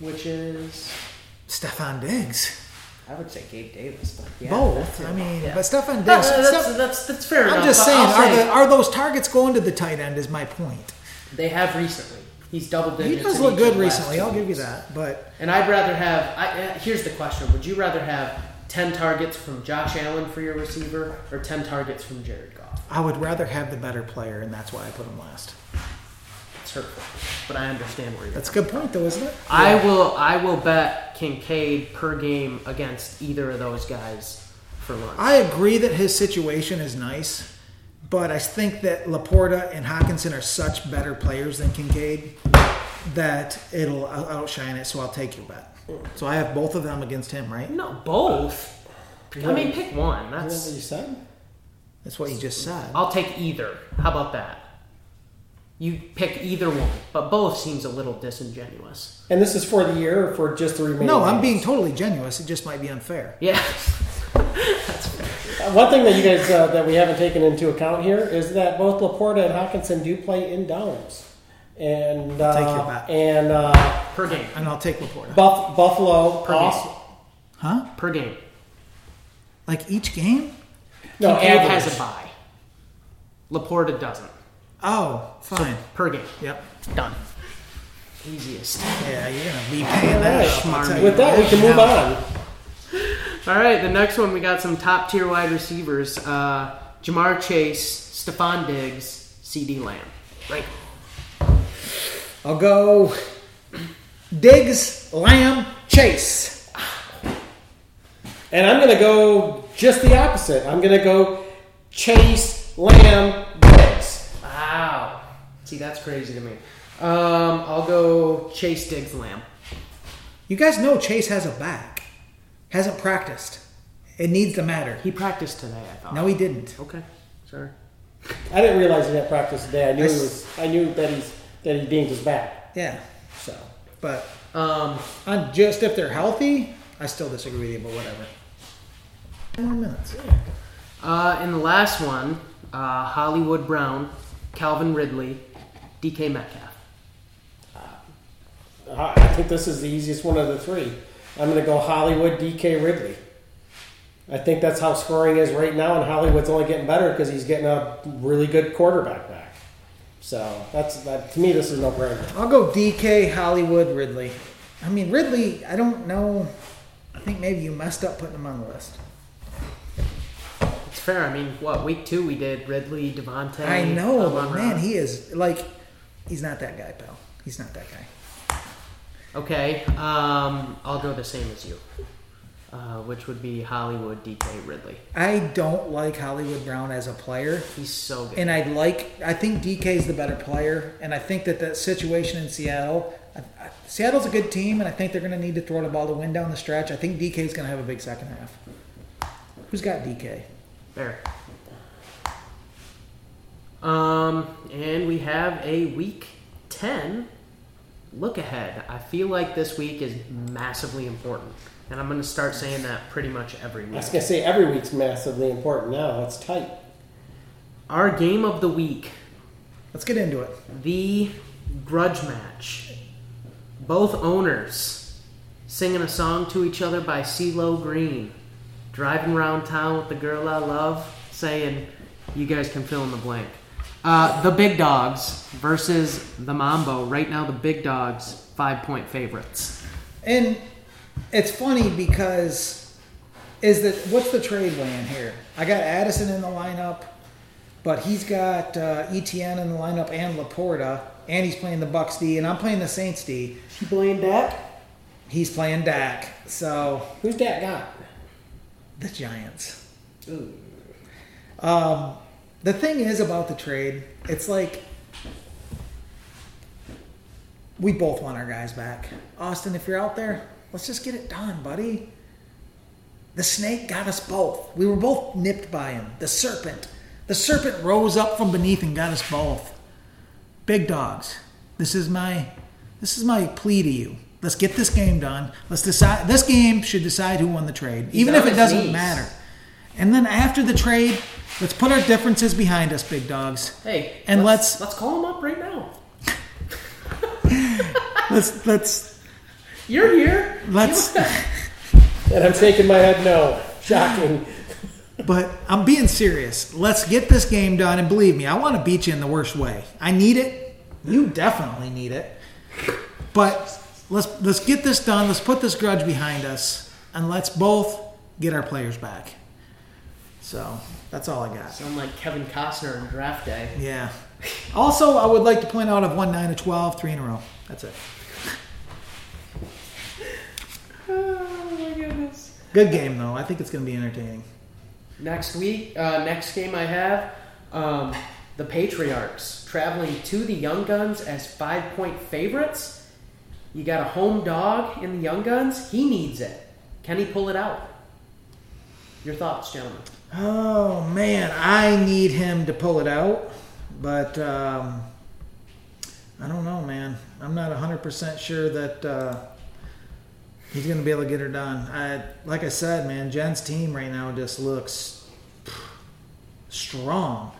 Speaker 3: Which is,
Speaker 1: Stephon Diggs,
Speaker 3: I would say Gabe Davis, but yeah,
Speaker 1: both.
Speaker 3: that
Speaker 1: I
Speaker 3: too.
Speaker 1: mean,
Speaker 3: Yeah.
Speaker 1: but Stephon
Speaker 3: No,
Speaker 1: Diggs.
Speaker 3: no, that's,
Speaker 1: Steph-
Speaker 3: that's that's fair enough.
Speaker 1: I'm just
Speaker 3: but
Speaker 1: saying,
Speaker 3: I'll
Speaker 1: are
Speaker 3: say
Speaker 1: the, are those targets going to the tight end? Is my point.
Speaker 3: they have recently. He's double
Speaker 1: He
Speaker 3: digits.
Speaker 1: does
Speaker 3: in
Speaker 1: look
Speaker 3: each of
Speaker 1: good
Speaker 3: the last
Speaker 1: recently.
Speaker 3: two
Speaker 1: I'll give you
Speaker 3: weeks.
Speaker 1: that. But
Speaker 3: And I'd rather have. I, uh, here's the question: Would you rather have ten targets from Josh Allen for your receiver or ten targets from Jared Goff.
Speaker 1: I would rather have the better player, and that's why I put him last.
Speaker 3: It's hurtful, but I understand where you're.
Speaker 1: That's a good point, though, isn't it?
Speaker 3: I will. I will bet Kincaid per game against either of those guys for lunch.
Speaker 1: I agree that his situation is nice, but I think that Laporta and Hawkinson are such better players than Kincaid that it'll out- outshine it. So I'll take your bet. So I have both of them against him, right?
Speaker 3: no, both. I mean, pick one.
Speaker 4: That's what
Speaker 3: That's.
Speaker 4: you said.
Speaker 1: That's what you just said.
Speaker 3: I'll take either. How about that? You pick either one, but both seems a little disingenuous.
Speaker 4: And this is for the year or for just the remaining?
Speaker 1: No, I'm being
Speaker 4: games?
Speaker 1: totally genuine. It just might be unfair.
Speaker 3: Yeah.
Speaker 4: Uh, One thing that you guys uh, that we haven't taken into account here is that both Laporta and Hawkinson do play in downs, and uh,
Speaker 1: Take your bet.
Speaker 4: and uh,
Speaker 3: per game.
Speaker 1: And I'll take Laporta.
Speaker 4: Buff- Buffalo
Speaker 3: Per
Speaker 4: also-
Speaker 3: game.
Speaker 1: Huh?
Speaker 3: Per game.
Speaker 1: Like each game?
Speaker 4: no
Speaker 3: Kincaid
Speaker 4: average.
Speaker 3: has a bye. Laporta doesn't.
Speaker 1: Oh, fine.
Speaker 3: Per game.
Speaker 1: Yep.
Speaker 3: Done. Easiest.
Speaker 1: Yeah, you're gonna be paying
Speaker 4: All
Speaker 1: that.
Speaker 4: right.
Speaker 1: up, I'll tell you
Speaker 4: With that, we can move
Speaker 1: now.
Speaker 4: on.
Speaker 3: All right, the next one we got some top tier wide receivers: uh, Jamar Chase, Stephon Diggs, C.D. Lamb. Right.
Speaker 1: I'll go Diggs, Lamb, Chase.
Speaker 4: And I'm going to go just the opposite. I'm going to go Chase Lamb Diggs.
Speaker 3: Wow. See, that's crazy to me. Um, I'll go Chase Diggs Lamb.
Speaker 1: You guys know Chase has a back. Hasn't practiced. It needs to matter.
Speaker 3: He practiced today, I thought.
Speaker 1: No, he didn't.
Speaker 3: Okay. Sorry.
Speaker 4: I didn't realize he had practice today. I knew
Speaker 1: I
Speaker 4: he
Speaker 1: s-
Speaker 4: was. I knew that he's that he dinged his back.
Speaker 1: Yeah,
Speaker 4: So
Speaker 1: but
Speaker 3: Um,
Speaker 1: on just if they're healthy, I still disagree with you. But whatever. Ten more minutes.
Speaker 3: uh, and the last one: uh, Hollywood Brown, Calvin Ridley, D.K. Metcalf.
Speaker 4: I I think this is the easiest one of the three. I'm going to go Hollywood DK Ridley. I think that's how scoring is right now, and Hollywood's only getting better because he's getting a really good quarterback back. So that's that, to me, this is no brainer.
Speaker 1: I'll go DK Hollywood Ridley. I mean Ridley. I don't know. I think maybe you messed up putting him on the list.
Speaker 3: It's fair. I mean, what week two we did Ridley, Devontae.
Speaker 1: I know,
Speaker 3: Amon
Speaker 1: but man,
Speaker 3: Ra.
Speaker 1: he is like, he's not that guy, pal. He's not that guy.
Speaker 3: Okay, um, I'll go the same as you, uh, which would be Hollywood DK Ridley.
Speaker 1: I don't like Hollywood Brown as a player,
Speaker 3: He's so good.
Speaker 1: and I like. I think DK is the better player, and I think that that situation in Seattle. I, I, Seattle's a good team, and I think they're going to need to throw the ball to win down the stretch. I think DK is going to have a big second half. Who's got DK?
Speaker 3: Fair. Um, and we have a week 10 look ahead. I feel like this week is massively important, and I'm going to start saying that pretty much every
Speaker 4: I
Speaker 3: week.
Speaker 4: was going to say every week's massively important now. It's tight.
Speaker 3: Our game of the week
Speaker 1: Let's get into it.
Speaker 3: the grudge match. Both owners singing a song to each other by CeeLo Green, driving around town with the girl I love, saying, You guys can fill in the blank. Uh, the big dogs versus the Mambo. Right now, the big dogs, five point favorites.
Speaker 1: And it's funny because is that what's the trade land here? I got Addison in the lineup, but he's got uh, ETN in the lineup and Laporta, and he's playing the Bucks D, and I'm playing the Saints D.
Speaker 3: She blamed that?
Speaker 1: He's playing Dak, so
Speaker 4: Who's that got?
Speaker 1: the Giants. Um, the thing is about the trade, it's like we both want our guys back. Austin, if you're out there, let's just get it done, buddy. The snake got us both. We were both nipped by him. The serpent. The serpent rose up from beneath and got us both. Big dogs. This is my this is my plea to you. Let's get this game done. Let's decide this game should decide who won the trade. even
Speaker 3: on
Speaker 1: if it
Speaker 3: his
Speaker 1: doesn't
Speaker 3: knees.
Speaker 1: matter. And then after the trade, let's put our differences behind us, big dogs.
Speaker 3: Hey,
Speaker 1: And let's-
Speaker 3: let's, let's call him up right now.
Speaker 1: Let's let's
Speaker 3: You're here.
Speaker 1: let's
Speaker 4: And I'm shaking my head no. Shocking.
Speaker 1: But I'm being serious. Let's get this game done. And believe me, I want to beat you in the worst way. I need it. You definitely need it. But let's let's get this done. Let's put this grudge behind us, and let's both get our players back. So that's all I got.
Speaker 3: Sound like Kevin Costner on draft day.
Speaker 1: Yeah. Also, I would like to point out I've won nine of 12, three in a row. That's it.
Speaker 3: Oh my goodness.
Speaker 1: Good game though. I think it's going to be entertaining.
Speaker 3: Next week, uh, next game I have um, the Patriarchs traveling to the Young Guns as five point favorites. You got a home dog in the Young Guns. He needs it. Can he pull it out? Your thoughts, gentlemen.
Speaker 1: Oh man, I need him to pull it out, but um, I don't know, man. I'm not 100% sure that uh, he's going to be able to get her done. I, like I said, man, Jen's team right now just looks strong.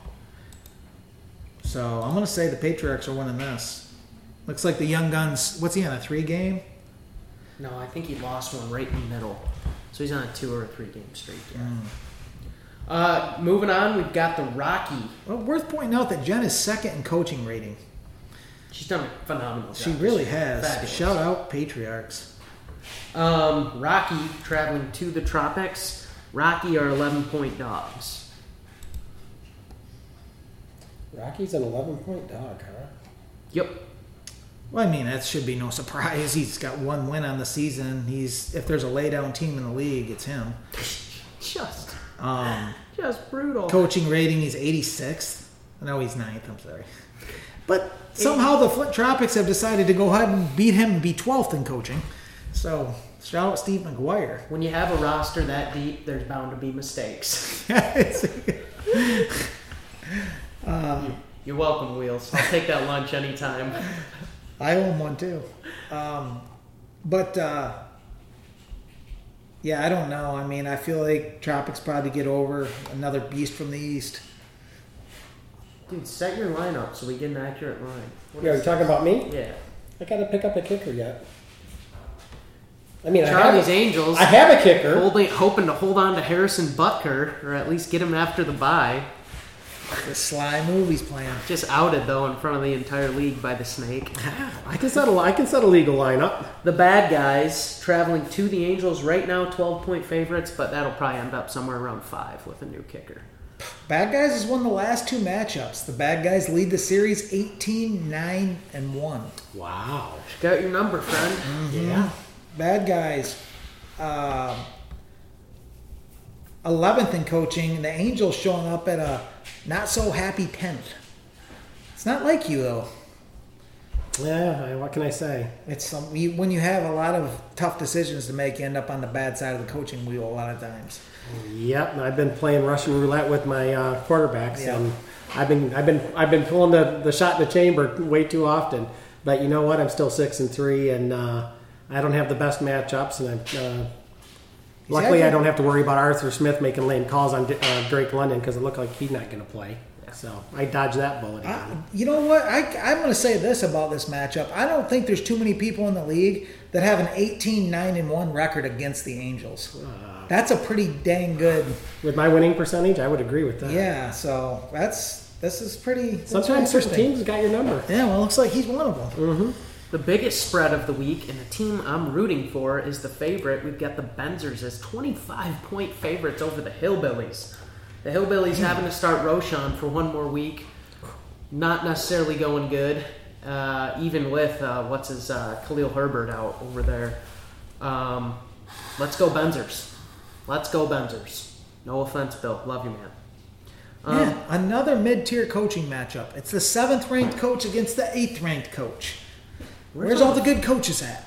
Speaker 1: So I'm going to say the Patriarchs are winning this. Looks like the Young Guns. What's he on a three game?
Speaker 3: No, I think he lost one right in the middle. So he's on a two or a three game streak. Yeah.
Speaker 1: Mm.
Speaker 3: Uh, moving on, we've got the Rocky.
Speaker 1: Well, worth pointing out that Jen is second in coaching rating.
Speaker 3: She's done a phenomenal job.
Speaker 1: She
Speaker 3: this
Speaker 1: really
Speaker 3: year.
Speaker 1: has.
Speaker 3: Fabulous.
Speaker 1: Shout out Patriarchs.
Speaker 3: Um, Rocky traveling to the tropics. Rocky are 11 point dogs.
Speaker 4: Rocky's an 11 point dog, huh?
Speaker 3: Yep.
Speaker 1: Well, I mean, that should be no surprise. He's got one win on the season. He's if there's a laydown team in the league, it's him.
Speaker 3: Just,
Speaker 1: Um,
Speaker 3: just brutal.
Speaker 1: coaching rating, he's 86th. No, he's 9th. I'm sorry. But somehow the Flint Tropics have decided to go ahead and beat him and be 12th in coaching. So shout out Steve McGuire.
Speaker 3: When you have a roster that deep, there's bound to be mistakes. You're welcome, Wheels. I'll take that lunch anytime.
Speaker 1: I own one too. Um, but uh, yeah, I don't know. I mean, I feel like Tropics probably get over another beast from the east.
Speaker 3: Dude, set your lineup so we get an accurate line. What
Speaker 4: Yeah, are
Speaker 3: is
Speaker 4: you talking about me?
Speaker 3: Yeah.
Speaker 4: I gotta pick up a kicker yet. I mean, I
Speaker 3: Charlie's
Speaker 4: have, a,
Speaker 3: Angels.
Speaker 4: I have a kicker.
Speaker 3: Holding, hoping to hold on to Harrison Butker, or at least get him after the bye.
Speaker 1: The sly movies playing.
Speaker 3: Just outed though in front of the entire league by the snake.
Speaker 4: I can settle. I can set a legal lineup.
Speaker 3: The bad guys traveling to the Angels right now, twelve point favorites, but that'll probably end up somewhere around five with a new kicker.
Speaker 1: Bad guys has won the last two matchups. The bad guys lead the series 18, 9, and 1.
Speaker 4: Wow.
Speaker 3: Got your number, friend.
Speaker 4: Yeah.
Speaker 1: Bad guys, um, 11th in coaching. The Angels showing up at a not so happy 10th. It's not like you, though.
Speaker 4: Yeah. I- What can I say?
Speaker 1: It's some, you, when you have a lot of tough decisions to make, you end up on the bad side of the coaching wheel a lot of times.
Speaker 4: Yep. I've been playing Russian roulette with my uh, quarterbacks,
Speaker 1: Yeah.
Speaker 4: and I've been, I've been, I've been pulling the, the shot in the chamber way too often. But you know what? I'm still six and three, and uh, I don't have the best matchups, and I'm. Uh, Luckily,
Speaker 1: Exactly.
Speaker 4: I don't have to worry about Arthur Smith making lame calls on uh, Drake London because it looked like he's not going to play. So I dodged that bullet. again.
Speaker 1: I, you know what? I, I'm going to say this about this matchup. I don't think there's too many people in the league that have an 18 9 and 1 record against the Angels. That's a pretty dang good.
Speaker 4: With my winning percentage, I would agree with that.
Speaker 1: Yeah, so that's this is pretty. that's
Speaker 4: Sometimes
Speaker 1: pretty
Speaker 4: certain teams got your number.
Speaker 1: Yeah, well, it looks like he's one of them.
Speaker 3: The biggest spread of the week, and the team I'm rooting for is the favorite. We've got the Benzers as twenty-five point favorites over the Hillbillies. The Hillbillies having to start Roshan for one more week. Not necessarily going good, uh, even with uh, what's his uh, Khalil Herbert out over there. Um, let's go Benzers. Let's go Benzers. No offense, Bill. Love you, man. Um,
Speaker 1: yeah, another mid tier coaching matchup. It's the seventh ranked coach against the eighth ranked coach. Where's all the good coaches at?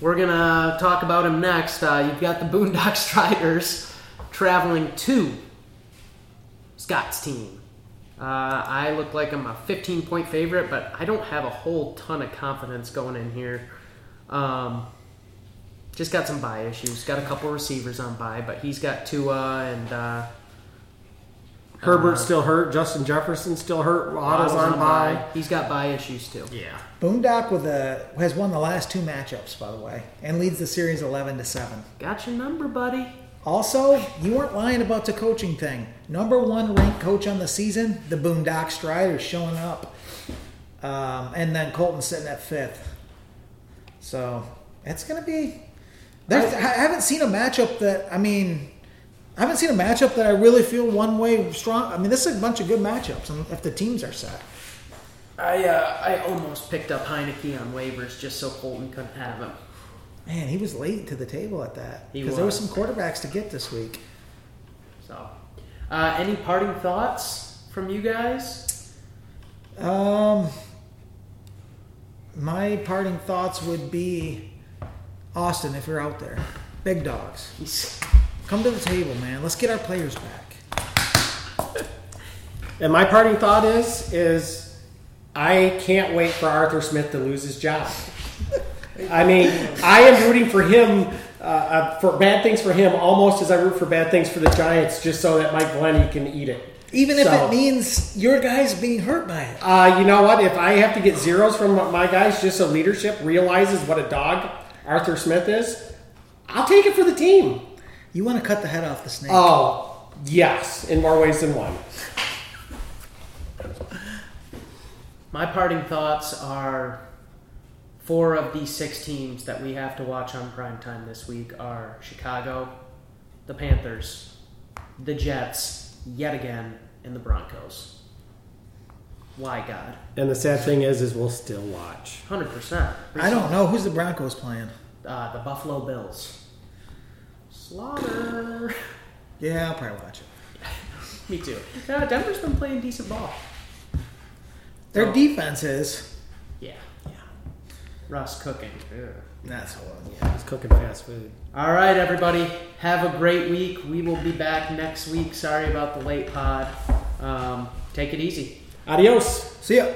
Speaker 3: We're gonna talk about him next. Uh, you've got the Boondock Striders traveling to Scott's team. Uh, I look like I'm a 15 point favorite, but I don't have a whole ton of confidence going in here. Um, just got some buy issues. Got a couple receivers on buy, but he's got Tua and uh,
Speaker 4: Herbert's
Speaker 3: Uh,
Speaker 4: still hurt. Justin Jefferson's still hurt. Otto's on
Speaker 3: bye.
Speaker 4: by.
Speaker 3: He's got buy issues too.
Speaker 4: Yeah.
Speaker 1: Boondock with a has won the last two matchups, by the way, and leads the series eleven to seven.
Speaker 3: Got your number, buddy.
Speaker 1: Also, you weren't lying about the coaching thing. Number one ranked coach on the season, the Boondock Striders showing up, um, and then Colton sitting at fifth. So it's gonna be. There's, I haven't seen a matchup that I mean. I haven't seen a matchup that I really feel one way strong. I mean, this is a bunch of good matchups, and if the teams are set,
Speaker 3: I uh, I almost picked up Heineke on waivers just so Colton couldn't have him.
Speaker 1: man, he was late to the table at that
Speaker 3: He
Speaker 1: because there were
Speaker 3: was.
Speaker 1: some quarterbacks to get this week.
Speaker 3: So, uh, any parting thoughts from you guys?
Speaker 1: Um, my parting thoughts would be, Austin, if you're out there, big dogs,
Speaker 3: He's-
Speaker 1: come to the table, man. Let's get our players back.
Speaker 4: And my parting thought is is I can't wait for Arthur Smith to lose his job. I mean, I am rooting for him uh, uh, for bad things for him almost as I root for bad things for the Giants, just so that Mike Glennie can eat it.
Speaker 1: Even if
Speaker 4: So-
Speaker 1: it means your guys being hurt by it.
Speaker 4: Uh, you know what? If I have to get zeros from my guys just so leadership realizes what a dog Arthur Smith is, I'll take it for the team.
Speaker 1: You want to cut the head off the snake.
Speaker 4: Oh, yes, in more ways than one.
Speaker 3: My parting thoughts are four of the six teams that we have to watch on primetime this week are Chicago, the Panthers, the Jets, yet again, and the Broncos. Why God?
Speaker 4: And the sad thing is, is we'll still watch.
Speaker 3: 100%.
Speaker 1: I don't know who's the Broncos playing.
Speaker 3: Uh, the Buffalo Bills. Slaughter.
Speaker 1: Yeah, I'll probably watch it.
Speaker 3: Me too. Yeah, Denver's been playing decent ball.
Speaker 1: Their
Speaker 3: Oh.
Speaker 1: defense is
Speaker 3: Yeah, yeah. Russ cooking. Ugh.
Speaker 1: that's horrible.
Speaker 4: It's cooking fast food.
Speaker 3: All right, everybody. Have a great week. We will be back next week. Sorry about the late pod. Um, take it easy.
Speaker 4: Adios.
Speaker 1: See ya.